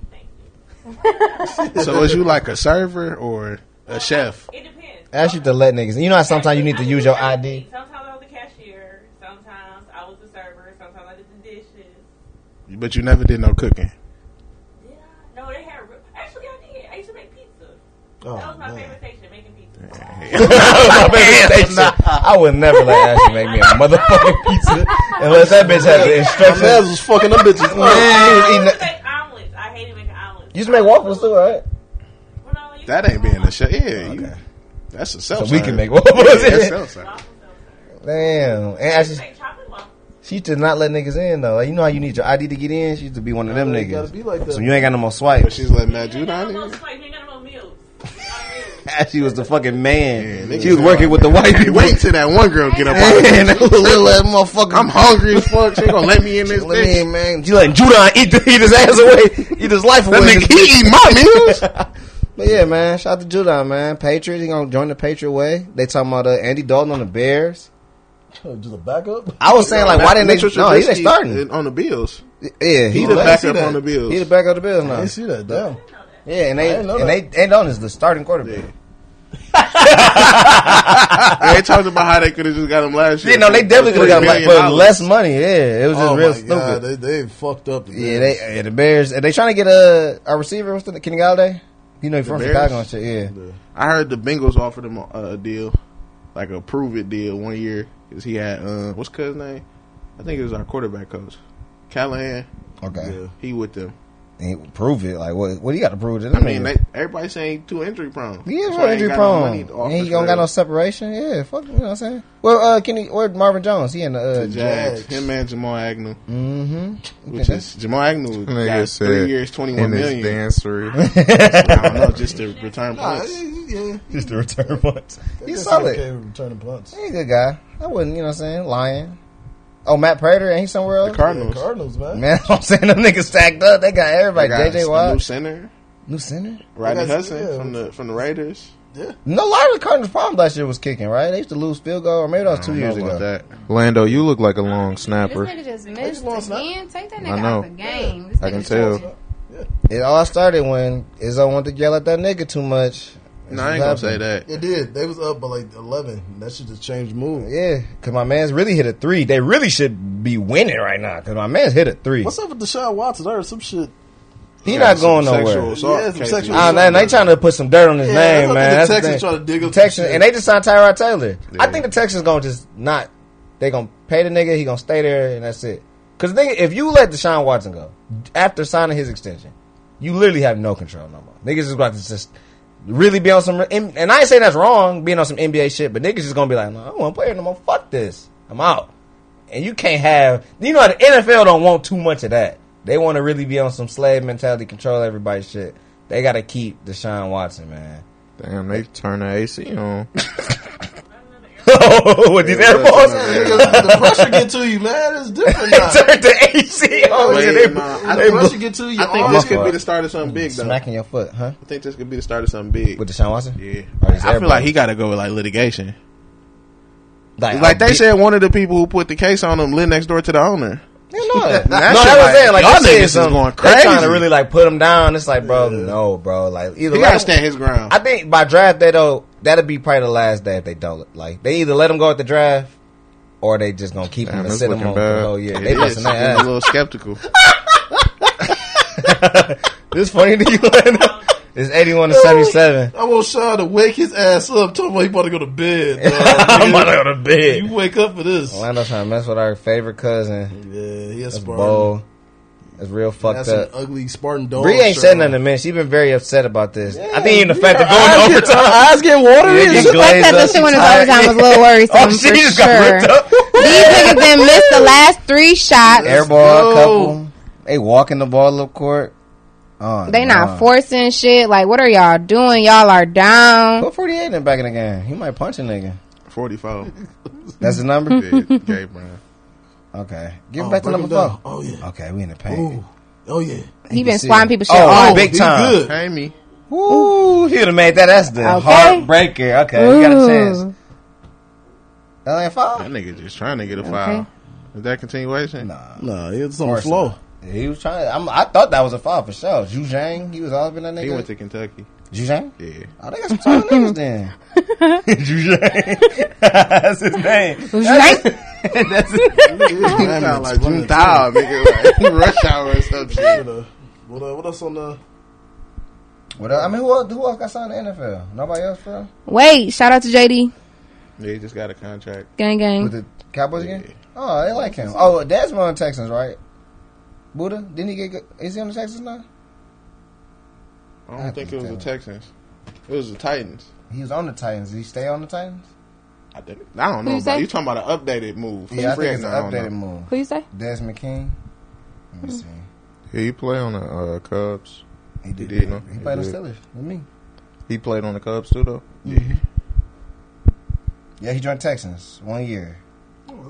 so is you like a server or a chef?
It depends.
Ashley used to let niggas. You know how sometimes you need to use your ID.
Sometimes I was the cashier. Sometimes I was the server. Sometimes I did the dishes.
But you never did no cooking.
Did I? No, they had. re- Actually, I did. I used to make pizza.
Oh,
that was my
man.
Oh,
favorite section. Make
I would never let Ashley make me a motherfucking pizza unless that bitch had the
My man's
instructions.
was fucking them bitches.
Man, he was
I
eating
used to
that-
make omelets. I hated making omelets.
You used to make waffles too, right?
Well, no, I used
That
to
ain't
make
being a shit. Yeah, you,
Okay.
that's a
So
self.
we can make
That's
waffles.
self-serve.
waffles. Waffles, though,
Damn. And
sir.
Ashley,
Make chocolate waffles.
she used to not let niggas in though. Like, you know how you need your ID to get in? She used to be one of them
You gotta
niggas.
be like
So
that.
you ain't got no more
But
swipes.
she's letting that
You
Jew
ain't got
down
no more
here.
spice. You ain't got no more meals.
She was the fucking man.
Yeah, niggas
she was working with the white people.
Wait till that one girl get up. out of
Man, that little ass motherfucker.
I'm hungry as fuck. She gonna let me in this
Let me
bitch.
in, man. You letting Judon eat, eat his ass away, eat his life away.
That nigga, he eat my meals.
But yeah, man, shout out to Judon, man. Patriots, he gonna join the Patriot way. They talking about uh, Andy Dalton on the Bears.
Just a backup.
I was saying like, why didn't
Mitchell
they? No, he
Trubisky
ain't starting.
on the Bills.
Yeah,
He
he
the
I didn't see
backup
that.
on the Bills.
he the back of the Bills
I
now.
didn't see that. Damn.
Yeah, and
I
they
didn't know
and they Andy Dalton is the starting quarterback.
Yeah. they talked about how they could have just got him last year.
Yeah, no, they
for-
definitely
for
could have got
$3
him
million
for less money. Yeah, it was just
Oh
real
my
stupid.
god, they, they fucked up. The
yeah,
Bears.
they yeah, the Bears. Are they trying to get a a receiver? What's the Kenny Galladay? You know he from
Bears?
Chicago and shit. Yeah,
I heard the Bengals offered him a, a deal, like a prove it deal, one year because he had uh, what's cuz name? I think it was our quarterback coach, Callahan.
okay.
Yeah.
He with them.
And prove it. Like what? What do you got to prove? To them
I mean,
niggas?
they, everybody saying he too injury prone.
Yeah,
That's
real
why he
injury
ain't got no money
prone.
to offer
and he don't got no separation. Yeah, fuck, you know what I'm saying? Well, uh, Kenny, where Marvin Jones? He in the, uh,
the Jags.
Jags.
Him and Jamal Agnew,
mm-hmm.
which is Jamal Agnew
Nigga
got
said
three years, twenty one
in his
million.
dancery.
I don't know, just to return
Nah,
points.
yeah,
just the return punts.
That's
He's solid.
Okay, with returning punts.
He a good guy. I wouldn't, you know what I'm saying? Lying. Oh, Matt Prater, ain't he somewhere else?
The Cardinals.
Yeah, Cardinals, man.
Man, I'm saying them niggas stacked up. They got
They
everybody.
got
JJ
the new
Watt,
center,
new center.
Rodney
They got-
Hudson
yeah.
from the from the Raiders.
No, a lot of the Cardinals' problems last year was kicking. Right? They used to lose field goal, or maybe that was
I
two
don't
years
know about
ago.
That.
Lando, you look like a long
This
snapper.
nigga just missed
lost that.
again. Take that
I
nigga
know.
out the game. This
I can
nigga
tell.
trash.
It all started when Izzo wanted to yell at that nigga too much.
No, I ain't gonna say that.
It did. They was up by like eleven. That should just changed mood.
Yeah, because my man's really hit a three. They really should be winning right now because my man's hit a three.
What's up with Deshaun Watson? I heard some shit.
He not going
Some
nowhere.
sexual assault
Yeah, some
cases.
sexual-
Ah, man, they trying to put some dirt on his
Yeah, that's
name,
what
man.
the
That's the
Texans
thing.
trying to dig up some
Texans,
shit.
and they just signed Tyrod Taylor. I
Yeah.
think the Texans gonna just not. They gonna pay the nigga. He gonna stay there, and that's it. Because if you let Deshaun Watson go after signing his extension, you literally have no control no more. Niggas is about to just really be on some. And and I ain't saying that's wrong, being on some NBA shit, but niggas is gonna be like, no, I don't want to play here no more. Fuck this. I'm out. And you can't have. You know the NFL don't want too much of that. They want to really be on some slave mentality, control everybody's shit. They got to keep Deshaun Watson, man.
Damn, they turn the AC on.
With these air balls,
Yeah, nigga, the pressure get to you, man. It's different
they
now.
turned the AC on.
Wait,
and they-
nah, I
the
think-
pressure get to you.
I think
arms
this
get-
could be the start of something big, though.
Smacking your foot, huh?
I think this could be the start of something big.
With Deshaun Watson?
yeah,
Or his
I feel
elbow.
like he got to go with like litigation.
Like,
like
I
they
beat-
said, one of the people who put the case on him lived next door to the owner.
You know that. no,
That
that's
shit
what I'm
like,
saying. Like,
y'all
y'all
niggas
niggas
is going
They trying
crazy.
to really like put him down. It's like, bro, no, bro. Like, either
He
let
got to
him-
stand his ground.
I think by draft they don't. That'll be probably the last day if they don't. Like, they either let him go at the draft. Or they just gonna keep
Damn,
him and
that's
sit him
looking
on for the
bad.
whole year.
It
They
is.
busting
I'm
that
a
ass.
little skeptical.
This funny to you? Lando? It's eighty-one to seventy-seven.
I want Sean to wake his ass up. Tell him he about to go to bed. dog.
I'm about to go to
you
bed.
wake up for this. Yeah,
Orlando trying to mess with our favorite cousin.
he has
That's
Spartan.
bold. That's real fucked
That's an
up.
ugly Spartan dog.
Bree ain't
shirt
said
on.
nothing to me. She been very upset about this. I
Yeah,
think even the fact
her
that going to
eyes
overtime.
Get, her eyes get watery.
Yeah,
and
get
shit.
The fact that this shit went into overtime was a little worrisome.
Oh, she
for
just
sure.
got ripped up.
These niggas then missed the last three shots.
Air ball
go.
couple. They walking the ball up court. Oh,
They not
nah.
forcing shit. Like, what are y'all doing? Y'all are down.
Put 48 in back in the game. He might punch a nigga.
Forty-four.
That's the
Hmm.
number?
Yeah, Gabe Brown.
Okay. Give
Oh,
him back to
break
number
him down.
four.
Oh yeah.
Okay, we in the paint.
Ooh. Oh yeah.
He been
see
swatting
him.
people shit
Oh,
all
big
he
time.
good.
Pay me.
Ooh, he would have made that. That's the
Okay.
heartbreaker. Okay, you got a
Ooh.
chance. That ain't foul?
That nigga just trying to get a foul. Is that continuation?
Nah.
Nah, it's on
Of
the
course
floor.
not. He was trying. I'm, I thought that was a foul for sure. Zhu Zhang, he was all up in that nigga.
He went to Kentucky.
Zhu Zhang?
Yeah.
Oh, they got some tall niggas then. Zhu Zhang. That's his name.
Zhang?
That's his-
Sound like June Tao, nigga. Like rush hour or some shit.
What, uh, what else on the?
What else? I mean, who else, who else got signed in the NFL? Nobody else fell
Wait, shout out to JD.
They just got a contract.
Gang, gang.
with the Cowboys again.
Yeah.
Oh, they like him. Oh, that's one of the Texans, right? Buddha didn't he get? Is he on the Texans now?
I
I
don't think it
think
was the
that-
Texans. It was the Titans.
He was on the Titans. Did he stay on the Titans?
I think. I don't know.
Who'd you
About,
say?
you talking about an updated move?
Yeah, I
Free
think it's an
agent, I don't
updated
know.
move.
Who you say?
Des McKean. Let me see.
He played on the uh, Cubs.
He did.
He did,
He,
huh? He
played on
did.
Steelers with me.
He played on the Cubs too, though.
Yeah, he joined Texans one year,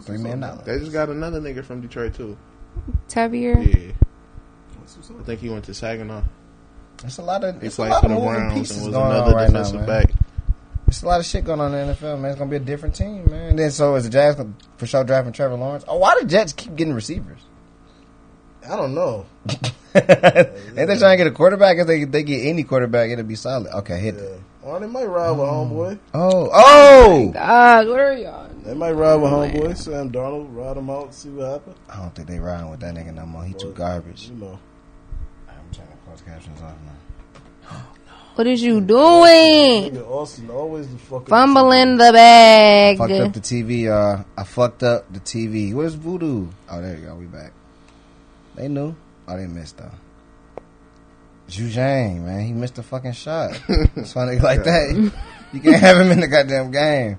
three million dollars.
They just got another nigga from Detroit too.
Tavier.
Yeah. I think he went to Saginaw.
It's a lot of
He
it's a
played
lot
for
of
the
moving
Browns and
pieces
was
going on
another
right now,
defensive
man.
back.
It's a lot of shit going on in the NFL, man. It's gonna be a different team, man. And then so is the Jazz gonna- for sure drafting Trevor Lawrence. Oh, why the Jets keep getting receivers?
I don't know.
Ain't they trying to get a quarterback? If they they get any quarterback, it'll be solid. Okay, hit it.
Yeah. Well, they might ride with homeboy.
Oh, oh!
God, what are y'all?
They might ride with homeboy. Sam Darnold, ride him out, see what happens.
I don't think they riding with that nigga no more. He too garbage.
You know.
I'm trying to close captions off now.
What is you doing?
Nigga Austin always the fucking
Fumbling the
I fucked up
bag.
the TV. Uh, I fucked up the TV. Where's Voodoo? Oh, there you go. We back. They knew. Oh, they missed though. Jujang, man, he missed a fucking shot. That's why nigga like that. You can't have him in the goddamn game.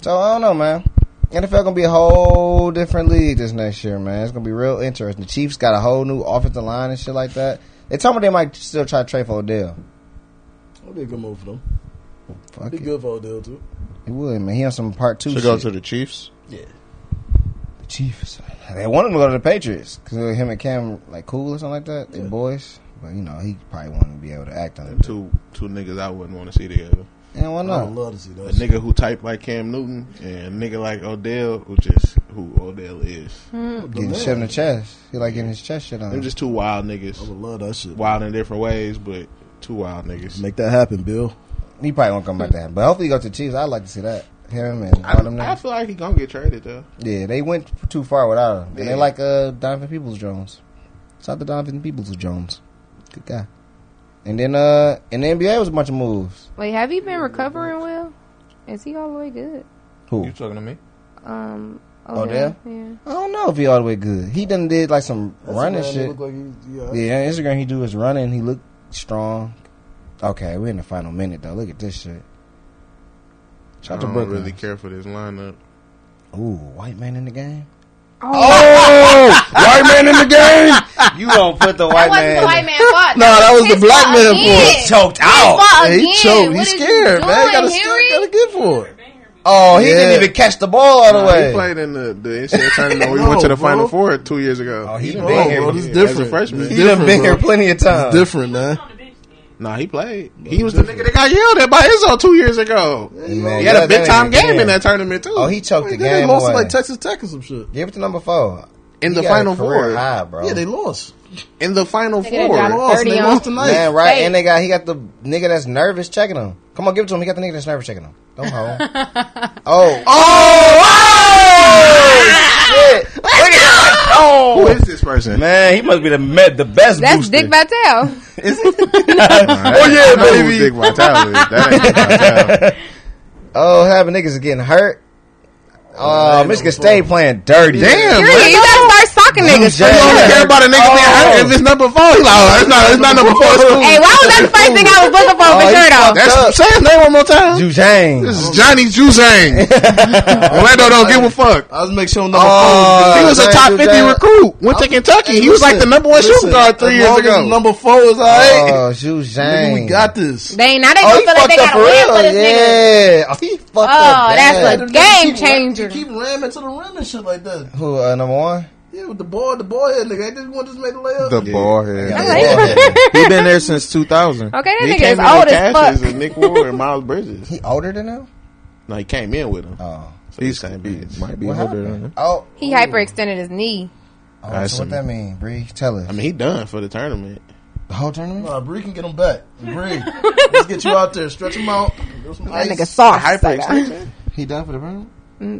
So I don't know, man. NFL gonna be a whole different league this next year, man. It's gonna be real interesting. The Chiefs got a whole new offensive line and shit like that. They told me they might still try to trade for Odell.
That'd be a good move for them.
Fuck
Be
it,
good for Odell too.
he would, man. He on some part two.
Should
shit.
go to the Chiefs.
The Chiefs. They wanted him to go to the Patriots because him and Cam like cool or something like that. They boys, but you know he probably wanted to be able to act on
Them
it.
Two two niggas I wouldn't want to see together.
And why
I
not?
would love to see
Oh, A
that. shit.
nigga who typed like Cam Newton and a nigga like Odell, who just who Odell is.
Getting shit in the chest. He like getting his chest shit on.
They're just two wild
I would
niggas,
love that shit.
wild in different ways, but two wild niggas.
Make that happen, Bill.
he probably won't come back down. But hopefully he go to the Chiefs. I'd like to see that. Him and all them
I
niggas.
feel like he gonna get traded though.
Yeah, they went too far without him. And
Yeah.
they like uh Donovan Peoples Jones. Shout out to Donovan Peoples Jones. Good guy. And then uh in the NBA was a bunch of moves.
Wait, have you been recovering well? Is he all the way good?
Who?
You talking to me?
Um,
Odell?
Yeah.
I don't know if he all the way good. He done did like some
That's
running
a man that
shit.
look Like he, yeah,
Yeah, on Instagram he do his running. He look strong. Okay, we're in the final minute though. Look at this shit.
I
Shout out to
don't
Brooklyn.
really care for this lineup.
Ooh, white man in the game.
Oh,
white man in the game. You gonna put the white
that wasn't
man?
the white man fault.
No, that was the black man
fault.
choked out.
fault
he
again.
choked.
What
He's
is you
scared,
doing,
man. Gotta, still,
Henry?
gotta get for it. Oh, he didn't even catch the ball all the
Nah,
way.
He played in the, the NCAA tournament where we went to the
No, bro.
Final Four two years ago.
Oh, he
done
been here.
bro.
This is
Yeah,
different.
As a freshman.
This
he done been
different,
here
bro.
plenty of times.
different, man.
On the bench then.
nah, he played. He was the nigga that got yelled at by Izzo two years ago.
Man,
He had
yeah,
a big
that
time
nigga
game in
there.
that tournament too.
Oh, he choked the
They, they
game
lost to
away.
like Texas Tech or some shit.
Give it to number four.
in
He
the
got a
Final
career
Four.
high, bro.
Yeah, they lost.
In the Final
They gotta
Four.
drop
Lost. and
30
They
on-
lost tonight.
Man, right?
Hey.
And they got he got the nigga that's nervous checking him. Come on, give it to him. He got the nigga that's nervous checking him. Don't hold. oh, oh, shit! Look at that.
Who
Oh,
is this person?
man, he must be the met the best.
That's Dick Vitale.
oh yeah, baby. Dick Vitale. is. That ain't Dick Vitale.
Oh, having niggas is getting hurt. Oh, Michigan State playing dirty.
Damn,
Period.
man.
You gotta start socking niggas.
Jay.
You only care about a nigga being
Oh.
hurt if it's number four. He like, oh, it's not, it's not number four. It's cool.
Hey, why was that the first thing I was looking for for
Oh,
sure
he
though?
That's
Up.
say his name one more time. This is Johnny Juzang. Orlando don't give a fuck.
I was making sure number
Oh,
four.
He was a
Zion
top fifty
Juzang.
recruit. Went to Kentucky. He was like the number one shooting guard three years ago.
Number four is all right.
Oh, Zhu
Nigga, we
Zhang.
got this.
They now they
Oh,
gonna feel
he
like
fucked
they gotta
up for
win for this nigga.
real. Yeah. Oh, he fucked up.
Oh, that's
bad.
a game changer.
Keep ramming to the rim and shit like that.
Who uh, number one?
Yeah, with the ball, the ball head nigga. Ain't this one just made the layup?
The ball head. he been there since 2000.
Okay, that
He
nigga
came
is
in with
old as
Cassius
fuck.
and Nick Ward and Miles Bridges.
He older than him.
No, he came in with him.
Oh,
So he's same
He
age.
might be
what
older than
happened?
him.
Oh,
He hyperextended his knee.
Oh,
Alright,
so
so-
what that mean, Bree? Tell us.
I mean, he done for the tournament.
the whole tournament?
Nah, Bree can get him back. Bree, let's get you out there. Stretch him out. Give some
That nigga
ice.
soft. Mm,
Hyperextension.
He done for the tournament?
No,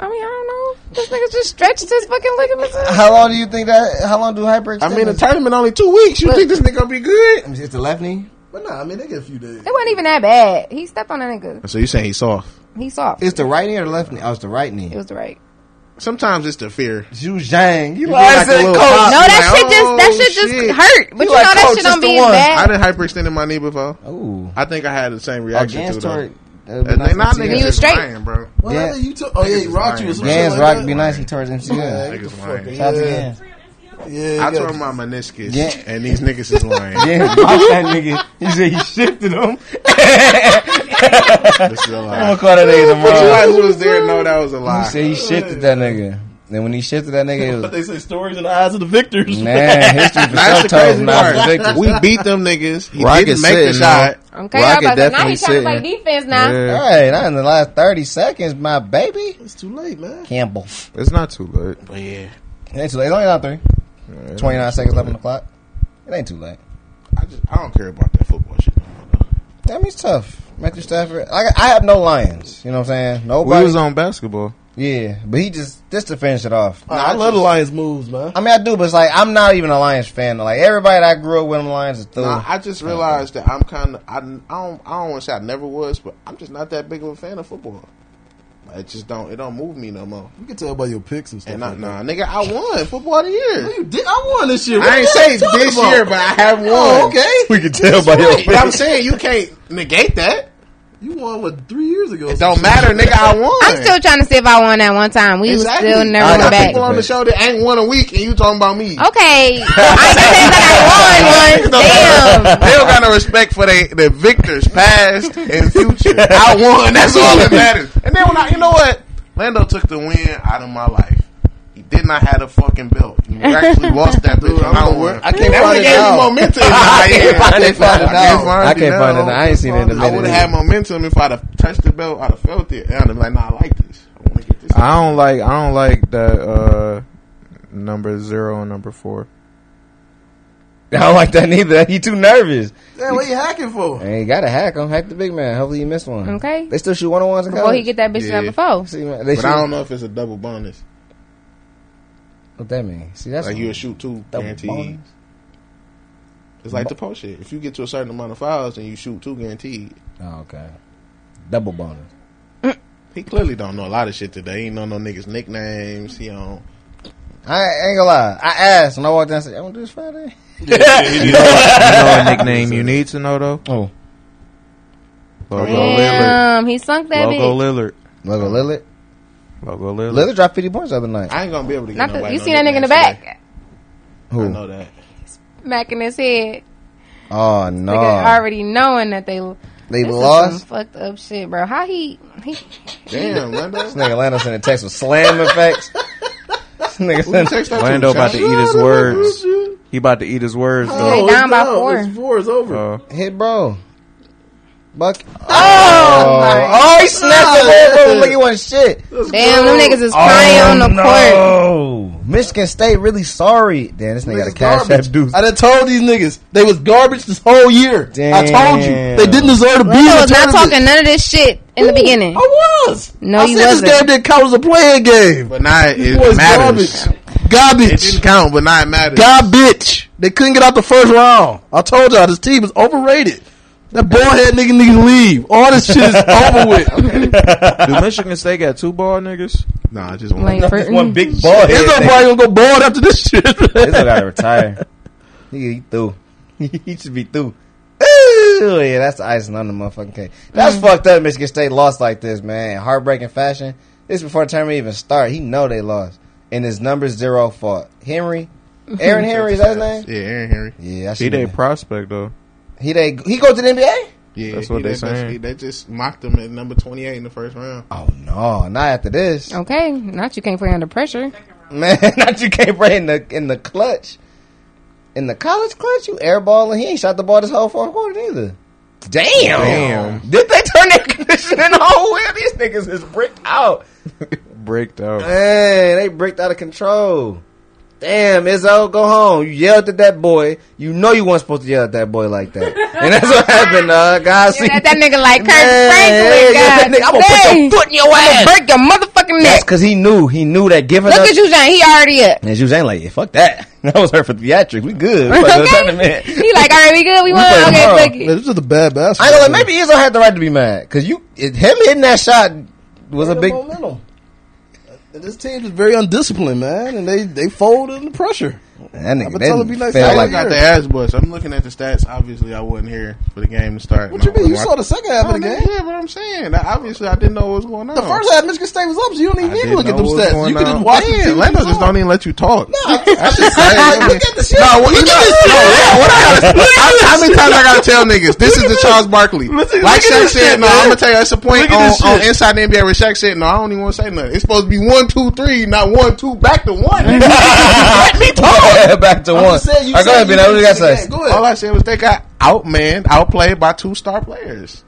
I mean I don't know. This nigga just stretched his fucking ligaments. out.
How long do you think that? How long do hyperextend?
I mean, the
is?
tournament only two weeks. You think this nigga gonna be good?
I mean, it's the left knee.
But nah, I mean, they get a few days.
It wasn't even that bad. He stepped on a nigga.
So you saying he's soft?
He soft.
It's the right knee or the left knee? Oh, it's the right knee.
It was the right.
Sometimes it's the fear.
Zhu Zhang. You
Oh,
lied
look
to
a
the
little
coach.
pop.
No,
You
that
like,
shit just that
oh,
shit just hurt. But you,
like,
know that
"Coach,
shit
it's
don't
the
be as
one."
I
bad.
didn't hyperextended my knee before.
Ooh.
I think I had the
Oh,
same reaction
Against
to
toward.
it. though. And they- Nah,
He
niggas
was
just
straight.
lying, bro.
Well,
Yeah.
yeah. you took. Oh yeah, he
Niggas
rocked you. or
lying.
some shit
Gans
like
rock
that.
be nice. He towards
Yeah,
MCL.
get the
Niggas
fuck
lying.
out.
Shout out to
Yeah,
Gans.
yeah. you
I
gotta-
tore my meniscus,
Yeah.
and these niggas is lying.
Yeah, watch that nigga. He said he shifted him.
this is a lie.
call that nigga
But you guys was there. No, that was a
He
lie.
said he shifted that nigga. Then when he shifted that nigga, it was
But they say stories in the eyes of the victors.
Man, history for
That's the
some toes
crazy
and eyes
part.
for victors.
We beat them niggas. He
Rocket
didn't make the
sitting on-
shot.
Okay,
Well, I
I was about
could
to say, now
definitely
he's trying to play
sit
defense now.
Yeah.
Hey, not in the last 30 seconds, my baby.
It's too late, man.
Campbell.
It's not too late.
But yeah,
It's too late. It's only down three.
Yeah,
29 seconds left on the clock. It ain't too late.
I just I don't care about that football shit. no more, though.
That means tough. Matthew Stafford. I, I have no Lions. You know what I'm saying?
We
Nobody.
was on basketball.
yeah, but he just, just to finish it off.
Nah, I love the Lions moves, man.
I mean, I do, but it's like, I'm not even a Lions fan. Like, everybody that I grew up with on the Lions is through.
Nah, I just realized that I'm kind of I, I don't I don't want to say I never was, but I'm just not that big of a fan of football. Like, It just don't it don't move me no more.
You can tell by your picks and stuff.
And I,
like
nah, nigga, I won football of the
that.
year.
You did. I won this year. What
I ain't
the hell
say
you talking
this
about?
year, but I have won.
Oh, okay.
can tell by
Right, but I'm saying you can't negate that.
You won what three years ago?
It don't matter, nigga. I won.
I'm still trying to see if I won that one time. We
Exactly.
still never
I
went
got
back.
people on the show that ain't won a week, and you talking about me.
Okay, I said that I won one. Damn.
They don't got no respect for they, the victors, past and future. I won. That's all that matters. And then when I, you know what? Lando took the win out of my life. He did not have a fucking belt. You actually lost that bitch. I don't win.
I can't
That
find
would've
it
gave
now.
me momentum.
I can't find it now.
I
I can't find it now. I ain't seen it in a
I would
minute.
have had momentum if I'd have touched the belt. I'd have felt it. And I'd have been like, nah, I like this. I want to get this.
I don't like. I don't like that uh, number zero and number four.
I don't like that neither. He too nervous.
Damn, what you hacking for?
Hey, you gotta hack him. Hack the big man. Hopefully you miss one.
Okay.
They still shoot one on ones in
Before
college.
he get that bitch
Yeah.
yeah. number four.
See, man, they
But
shoot.
I don't know if it's a double bonus.
What that mean? See, that's
Like you would shoot two
Double
guaranteed.
bonus.
It's like the post shit. If you get to a certain amount of fouls and you shoot two guaranteed,
Oh, okay. Double bonus.
he clearly don't know a lot of shit today. He ain't know no niggas nicknames. He don't.
I ain't gonna lie. I asked when I walked in. I said, "I want to do this Friday."
You know a nickname you need to know though.
Oh.
Logo Lillard.
Damn, he sunk that
Logo
bitch.
Lillard.
Mm-hmm.
Logo Lillard.
Logo Lillard.
Lillard dropped fifty points the other night.
I ain't gonna be able to get
Not the,
nobody
you
no
seen that nigga in
nicknames
the back,
today. I
Who?
know that.
back in his head.
Oh no!
Nigga already knowing that they
They
this is
lost.
some fucked up shit, bro. How he he
Damn,
This
Lando.
nigga Lando sent a text with slam effects. This nigga sent
Text that
Lando about to
Josh.
eat his words. He about to eat his words though.
they down by
Oh,
four.
it's four is over.
Uh,
hit, bro. Buck. Oh,
my-
oh, he snapped the whole room like he wasn't shit.
Damn, them niggas is crying on the court.
court. Michigan State really sorry. Damn, this nigga got
Niggas
a cash
garbage.
app dude.
I done told these niggas they was garbage this whole year. I told you
Damn.
they didn't deserve to be in
I
the
was not
tournament.
talking none of this shit in the beginning.
I was.
No,
I
you
said
wasn't.
this game didn't count as a playing game.
But now it,
Boys
it matters.
garbage.
It
Garbage.
didn't count, but now it matters.
Garbage. They couldn't get out the first round. I told y'all this team is overrated. That bald head nigga need to leave. All this shit is over with.
do Michigan State got two ball niggas?
Nah, I just want.
Like Burton.
One big ball head.
It's
nigga.
probably gonna go bald after this shit.
Izzo gotta retire. He, he through. he should be through. Ooh, yeah, that's the icing on the motherfucking cake. That's fucked up. Michigan State lost like this, man. In heartbreaking fashion. This before the tournament even start. He know they lost, and his number zero fault. Henry, Aaron Henry is that his name?
Yeah, Aaron Henry.
Yeah, I
He
should.
they prospect though.
He they he go to the NBA?
Yeah,
That's what
he-
they
that- that's-
saying.
he- They just mocked him at number twenty eight in the first round.
Oh no, not after this,
Okay, not you can't play under pressure.
man. Not you can't play in the in the clutch, in the college clutch. You airballing. He ain't shot the ball this whole fourth quarter either. Damn.
Damn.
Did they turn their conditioning on? Where these niggas is bricked out?
Breaked out.
Man, they bricked out of control. Damn, Izzo, go home. You yelled at that boy. You know you weren't supposed to yell at that boy like that. And that's what happened, uh. God see.
That, that nigga like Kirk
Man, yeah, yeah,
Franklin,
that nigga,
God.
I'ma put your
foot in your ass. Break your fucking
That's
neck.
because he knew. He knew that giving
Look
up.
at you, Jane. He already up.
And she was ain't like, yeah, fuck that. That was her for theatrics. We good. Fuck the
okay.
tournament.
He like, all right, we good. We won.
play
Okay,
tomorrow.
fuck
Man,
it.
this is a bad basketball.
I know, like
player.
maybe Izzo had the right to be mad because you, it, him hitting that shot was a
The
big.
momentum. And This team is very undisciplined, man, and they they fold under pressure. I've
That
been
nigga,
telling you
they
nice
fell
things.
I
like
got the ass bust. I'm looking at the stats. Obviously, I wasn't here for the game to start.
What you mean? You saw the second half
No,
of the
nigga,
game.
yeah, but I'm saying. I- Obviously, I didn't know what was going on.
The first half, Michigan State was up, so you don't even
I
need to
didn't
look at
know
them
what was
stats.
going
You can
on.
just watch
Yeah,
the team.
Lando
perform.
just don't even let you talk.
No, I- I just said, like, look at the shit.
No, what,
look
no,
at this shit.
no, yeah, what I gotta, how, how many times I gotta tell niggas this is the Charles Barkley? like Shaq said, no, I'm gonna tell you it's a point on, on Inside the NBA where Shaq said, no, I don't even want to say nothing. It's supposed to be one, two, three, not one, two, back to one. Let me talk.
that. back to
I'm
one.
just saying, you
All right, go
said
ahead,
you
Bina. What you got
finished
to
the
say?
game. Go
All I said was they got outmanned, outplayed by two star players.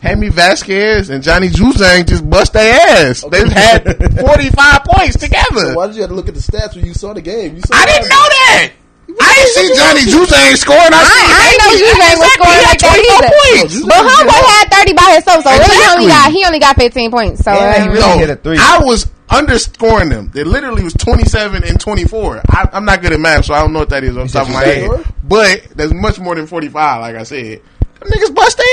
Hammy Vasquez and Johnny Juzang just bust their ass. They've had 45 points together.
Why did you have to look at the stats when you saw the game? You saw
I didn't know that. I ain't see Johnny Juzang scoring. I,
I,
seen
I ain't know
Hammy.
you guys was
Exactly. He
scoring like
had
that
24
either.
points.
But Homeboy had thirty by himself, so really he only
Exactly.
got he only got fifteen points. So
Yeah, he
um,
really-
No,
hit a three.
I was underscoring them. It literally was 27 and 24. I, I'm not good at math, so I don't know what that is on top of my
say
head. But there's much more than 45, like I said. Them niggas bust their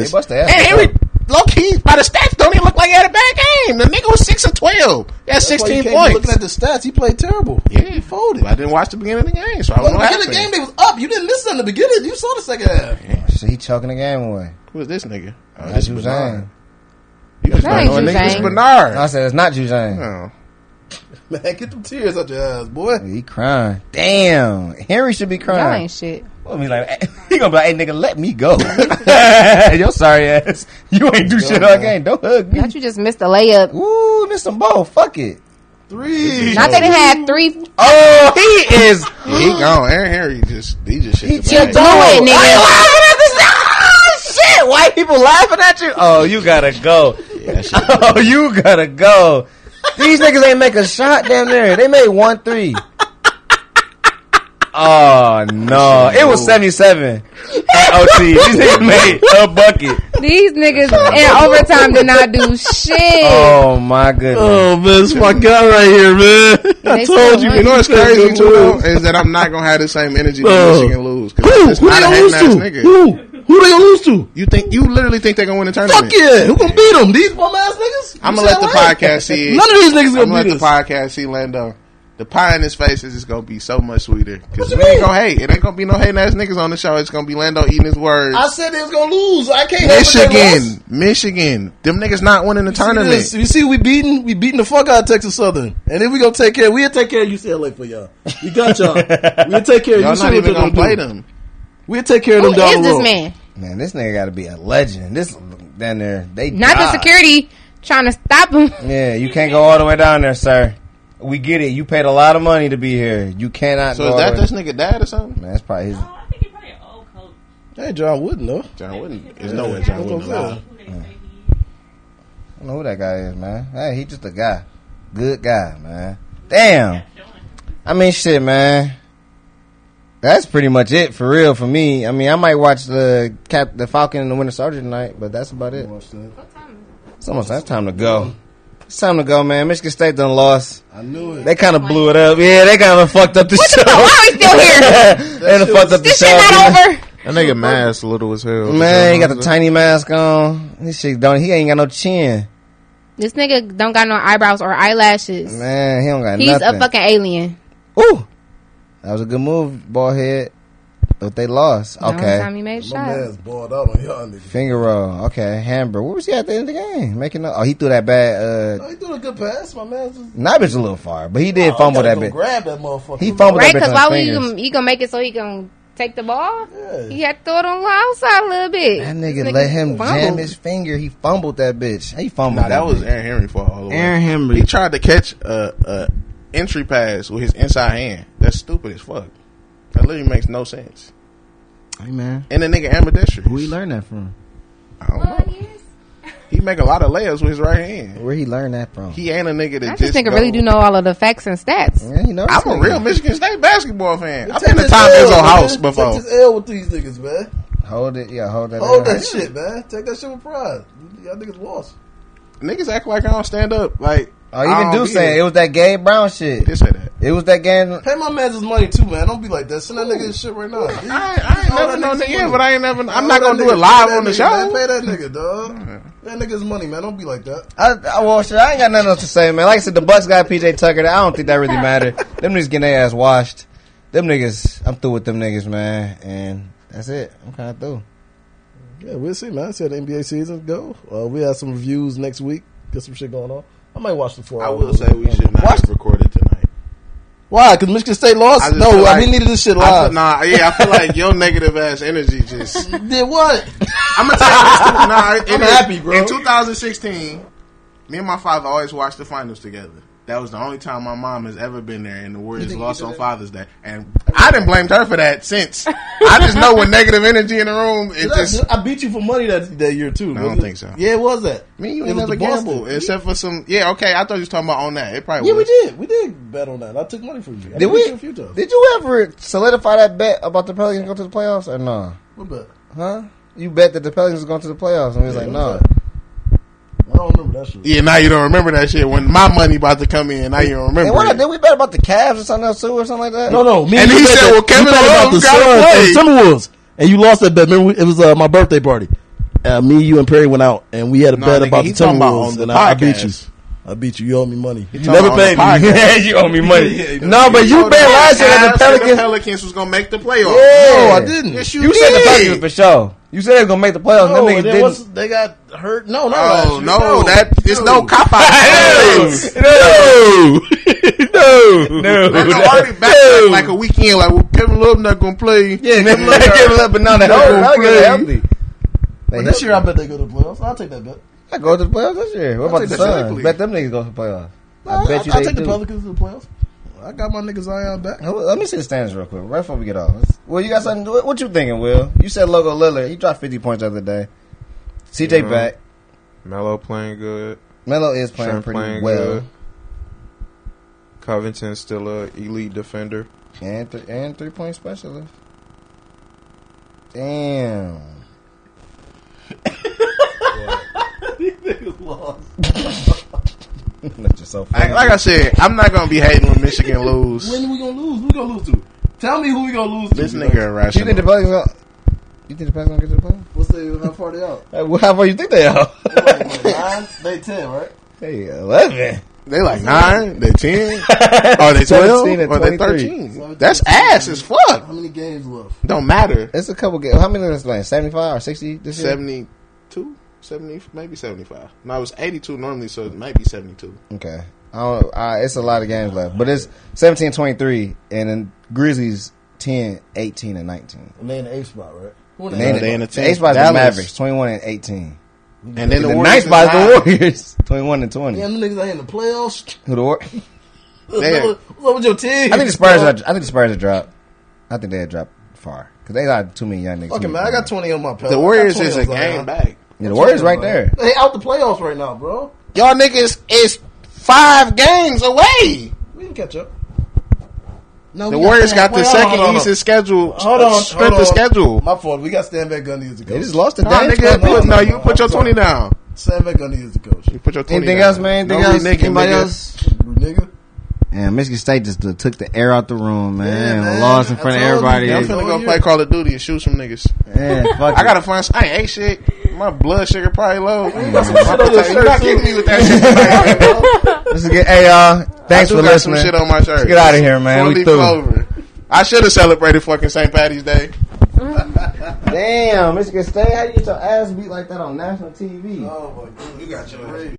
ass.
They bust their ass,
And
for
Henry,
sure.
low key, by the stats, don't even look like he had a bad game. The nigga was 6 and 12. He had
That's why
16
you can't be
points.
Looking at the stats, he played terrible.
Yeah.
he folded.
But I didn't watch the beginning of the game, so I
Well,
don't
the
know
beginning of
what
the game,
happened.
they was up. You didn't listen to the beginning. You saw the second half.
See, he choking the game away.
Who is this nigga? Oh,
That's
this is Bernard.
Juzang.
You just
That
don't
ain't
know a nigga. This is
Juzang.
No,
Bernard.
I said it's not Juzang.
Oh.
Man, get them tears out your eyes, boy.
He crying. Damn, Henry should be
y'all
crying.
ain't shit.
Well, I mean, like, he gonna be like, "Hey, nigga, let me go. Yo, sorry ass. You ain't do shit all game. Don't hug me.
Not you just missed a layup.
Ooh, missed them both. Fuck it.
Three.
Not that he had three. Blew
Oh, he is.
Yeah, he gone. Aaron Henry just, he just shit the bag.
it,
just- Why Oh, you
nigga.
laughing at this? Oh, shit. White people laughing at you? Oh, you gotta go.
That shit-
Oh, you gotta go. These niggas ain't make a shot damn near. They made one three. Oh no. It was seventy seven. OT. These niggas made a bucket.
These niggas in overtime did not do shit.
Oh my goodness.
Oh man, this is my guy right here, man.
They
I
still
told you.
won.
You know what's
That's
crazy
good
too
words.
though, is that I'm not gonna have the same energy
Bro.
that Michigan lose.
Who?
Cause
Who they
not a
gonna
hating
lose
ass
to?
nigga.
Who? Who they gonna lose to?
You think you literally think they're gonna win the
Fuck
tournament?
yeah! Who gonna beat them? These bum ass niggas. You
I'm
said
gonna let the
what?
podcast see it.
None of these niggas
I'm
gonna
gonna let
beat
the
us.
podcast see Lando. The pie in his face is just gonna be so much sweeter. Cause
you
we ain't
mean?
gonna hate. It ain't gonna be no hating ass niggas on the show. It's gonna be Lando eating his words.
I said they was gonna lose. I can't. help it, they lost.
Michigan, Michigan, them niggas not winning the
See this?
tournament.
You see, we beating, we beating the fuck out of Texas Southern, and then we gonna take care. We'll take care of UCLA for y'all. We got y'all. we'll take care. of
Y'all
you see
not
what
even
they're
gonna play
do.
them.
We'll take care of
Who
them down
is
the
this
road.
man?
Man, this nigga gotta be a legend. This down there, they
Not the
died.
security trying to stop him.
Yeah, you can't go all the way down there, sir. We get it. You paid a lot of money to be here. You cannot
So
go
is
all
that
the way-
this nigga dad or something?
Man, that's probably his.
No, Oh, I think he probably an old coach.
Hey, John Wooden, though.
John Wooden. There's no way John Wooden.
That's what I'm
allowed.
saying.
Who they say he is.
I don't know who that guy is, man. Hey, he just a guy. Good guy, man. Damn. I mean, shit, man. That's pretty much it for real for me. I mean, I might watch the Cap, the Falcon and the Winter Soldier tonight, but that's about it. It's almost that time to go. It's time to go, man. Michigan State done lost.
I knew it.
They kind of blew it up. Yeah, they kind of fucked up the
What the
show.
fuck? Why are we still here?
they done fucked up the
This
show.
shit not over.
That nigga mask little as hell.
Man, he got the tiny mask on. This shit don't. He ain't got no chin.
This nigga don't got no eyebrows or eyelashes.
Man, he don't got
He's
nothing.
a fucking alien.
Ooh, that was a good move, ball head. But they lost.
The only time
Okay,
he made a
My
shot.
man's balled out on y'all niggas.
finger roll. Okay, Hamburg. Where was he at the end of the game? Making. A, oh, he threw that bad.
Oh,
Uh,
he doing a good pass. My man's just
not bitch a little far, but he
Oh,
did fumble
gotta
that
go
bit.
Grab that motherfucker.
He fumbled
Right?
that bitch
Because
on
why
his
would you
fingers.
gonna, you gonna make it so he gonna take the ball?
Yeah.
He had to throw it on the outside a little bit.
That
This
nigga let him
fumbled.
jam his finger. He fumbled that bitch. He fumbled.
Nah, that was
bitch.
Aaron Henry for all the way.
Aaron Henry.
He tried to catch a, a entry pass with his inside hand. That's stupid as fuck. That literally makes no sense.
Hey man,
And the nigga ambidextrous.
who you learn that from?
I don't know. He make a lot of layups with his right hand.
where he learned that from.
He ain't a nigga that
I just
just
think I
go-
really do know all of the facts and stats.
yeah, he knows
I'm a
something.
real Michigan State basketball fan. I've
Take
been to
this
Tom
L,
Izzo
man.
house
Take
before.
this L with these niggas, man.
Hold it. Yeah, hold that.
Hold
down.
that shit, man. Take that shit with pride. Y'all niggas lost.
niggas act like I don't stand up. Like
Oh, you
I
even
don't
do
be
say it.
here.
it was that Gabe Brown shit.
They say that.
It was that game.
Pay my man's his money too, man. Don't be like that. Send that nigga his shit right now.
I, ain't- I ain't
All
never
that
known
nigga's
nigga yet,
money.
but I ain't never. I'm
All
not
that
gonna do
nigga-
it live
that
on the
nigga,
show.
Man, pay that nigga, dog. That nigga's money, man. Don't be like that.
I, I, well, shit, I ain't got nothing else to say, man. Like I said, the Bucks got PJ Tucker. I don't think that really mattered. Them niggas getting their ass washed. Them niggas, I'm through with them niggas, man. And that's it. I'm kind of through.
Yeah, we'll see, man. See how the NBA season go. Uh, we have some reviews next week. Get some shit going on. I might watch the four.
I
hours.
will say we should not
Watch-
have recorded tonight.
Why? Because Michigan State
I
lost.
just
No,
feel
we
like-
needed this shit
I
live.
feel, nah, yeah, I feel like your negative ass energy just.
Did what?
I'm gonna tell you this. too. Nah, it-
I'm
it is-
happy, bro.
In 2016, me and my father always watched the finals together. That was the only time my mom has ever been there, and the Warriors lost on Father's Day. And I didn't blame her for that since. I just know with negative energy in the room, it
Did I-
just.
I beat you for money that that year too.
I don't
Was it-
think so.
Yeah, it was that.
Me, you
It
ain't
was
never
the Boston.
gamble except for some. Yeah, okay. I thought you was talking about on that. It probably
Yeah, we
was.
did. We did bet on that. I took money from you. I
Did
beat
we?
you a few times.
Did you ever solidify that bet about the Pelicans going to the playoffs or no?
What bet?
Huh? You bet that the Pelicans going to the playoffs, and we was
Yeah,
like,
what
no.
bet? I don't remember that shit.
Yeah, now you don't remember that shit. When my money about to come in, now you don't remember.
And what
it.
did we bet about the Cavs or something else too, or something like that?
No, no. Me
And
you
he
bet
said,
that-
well,
you
Kevin
bet
Love
about the
gotta
Suns and Timberwolves, and you lost that bet. Remember, it was uh, my birthday party. Uh, me, you, and Perry went out, and we had a
Nah,
bet
nigga,
about
he
the
talking about on
Timberwolves,
the
and I, I beat you.
podcast.
I beat you. You owe me money. You
talking
never
about on
paid
the
me.
podcast.
yeah, you owe me money.
Yeah, yeah,
no, but you
know
bet
that
last year that
Cavs
the
and
Pelicans.
Pelicans was gonna make the playoffs.
Yeah.
No, I didn't.
Yes, you,
You said the
did.
Pelicans for sure. You said they were gonna make the playoffs.
No, and
and them niggas
then
didn't.
once they got hurt. No, not last
Oh
year.
no, that it's no cop
No,
out.
no, no,
They're
no.
already back like, like a weekend. Like well, Kevin Love not gonna play.
Yeah, they
Kevin Love not-
give it up, but now they're
gonna play.
healthy. They
But this year, I bet they go to the playoffs. I'll take that bet.
I go to the playoffs this year. What
I'll
about
take
the
the Celtic
Suns?
League.
Bet them niggas go to the playoffs.
I,
I bet you
I'll
they
take the
do.
Pelicans to the playoffs. I got my niggas Zion back.
Hold- Let me see the standings real quick, right before we get off. Well, you got something? What, what you thinking, Will? You said Logo Lillard. He dropped fifty points the other day. CJ
Yeah.
back.
Melo playing good.
Melo is playing
Shem
pretty
playing
well.
good. Covington's still a elite defender.
And th- and three point specialist. Damn. That's just so
Like,
funny.
like I said, I'm not gonna be hating when Michigan lose.
When we gonna lose? Who we gonna lose to? Tell me who we gonna lose to.
This
you
nigga
know?
you think the
irrational.
Pelicans? Gonna, you think the Pelicans gonna get to
What's the how far they out?
the playoffs? Uh, How far you think they are?
Like, nine, they ten, right?
hey, eleven.
They like nine, they ten, or they
17
twelve,
and
or they
23.
thirteen. That's ass as
How
fuck.
many games left?
Don't matter.
It's a couple games. How many of us playing? Seventy five or sixty this year?
72, 70, maybe seventy five. No, it was eighty two normally, so it might be seventy two.
Okay. I don't, uh, it's a lot of games left, but it's 17 23, and then Grizzlies 10, 18, and 19.
And they in the eighth spot, right? Who in
And then
they in
the
the
8
10th.
spot's the
Dallas.
Mavericks, 21 and 18.
And then
And
the,
the ninth
Warriors is
spot's
nine.
the Warriors, 21 and 20.
Damn, them niggas ain't in the playoffs.
Who the War-
Damn.
What's up with- what's up with your team?
I think the Spurs. Are, I think the Spurs are dropped. I think they had dropped far because they got too many young niggas.
Fucking
too
man,
many
I got
young
twenty on my pal.
The Warriors is a game back.
niggas. Yeah, the Warriors right there.
They out the playoffs right now, bro.
Y'all niggas is five games away.
We can catch up. No,
The
we gotta
Warriors
stand-
got the
Wait, hold on, hold
second
on, hold on.
easiest schedule.
Hold on,
strength
hold
of
on.
schedule.
My fault. We got Stan Van Gundy as the coach.
They just lost the
Nah,
damn
nigga,
no,
put,
no,
no, you
no,
put your
I'm sorry.
twenty down.
Stan Van Gundy is the coach.
You put your twenty.
Anything
down.
else, man? Anything
No
else?
reneging,
Anybody
nigga.
else?
Nigga.
And Michigan State just uh, took the air out the room, man.
Yeah, man.
Lost in
I
front of
told you,
everybody.
Yeah,
Yeah.
I'm finna go play Call of Duty and shoot some niggas.
Yeah, fuck
I
it.
gotta find. I ain't ate shit. My blood sugar probably low. You
got some shit on your shirt,
are not
too.
getting me with that shit. man.
This is good. Hey, y'all. Thanks
I do
for
got
listening.
Some shit on my shirt.
Let's get outta here, man.
Four
We
leaf
through.
clover. I should have celebrated fucking St. Patty's Day.
Damn, Michigan State, how you get your ass beat like that on national TV?
Oh my god. You got your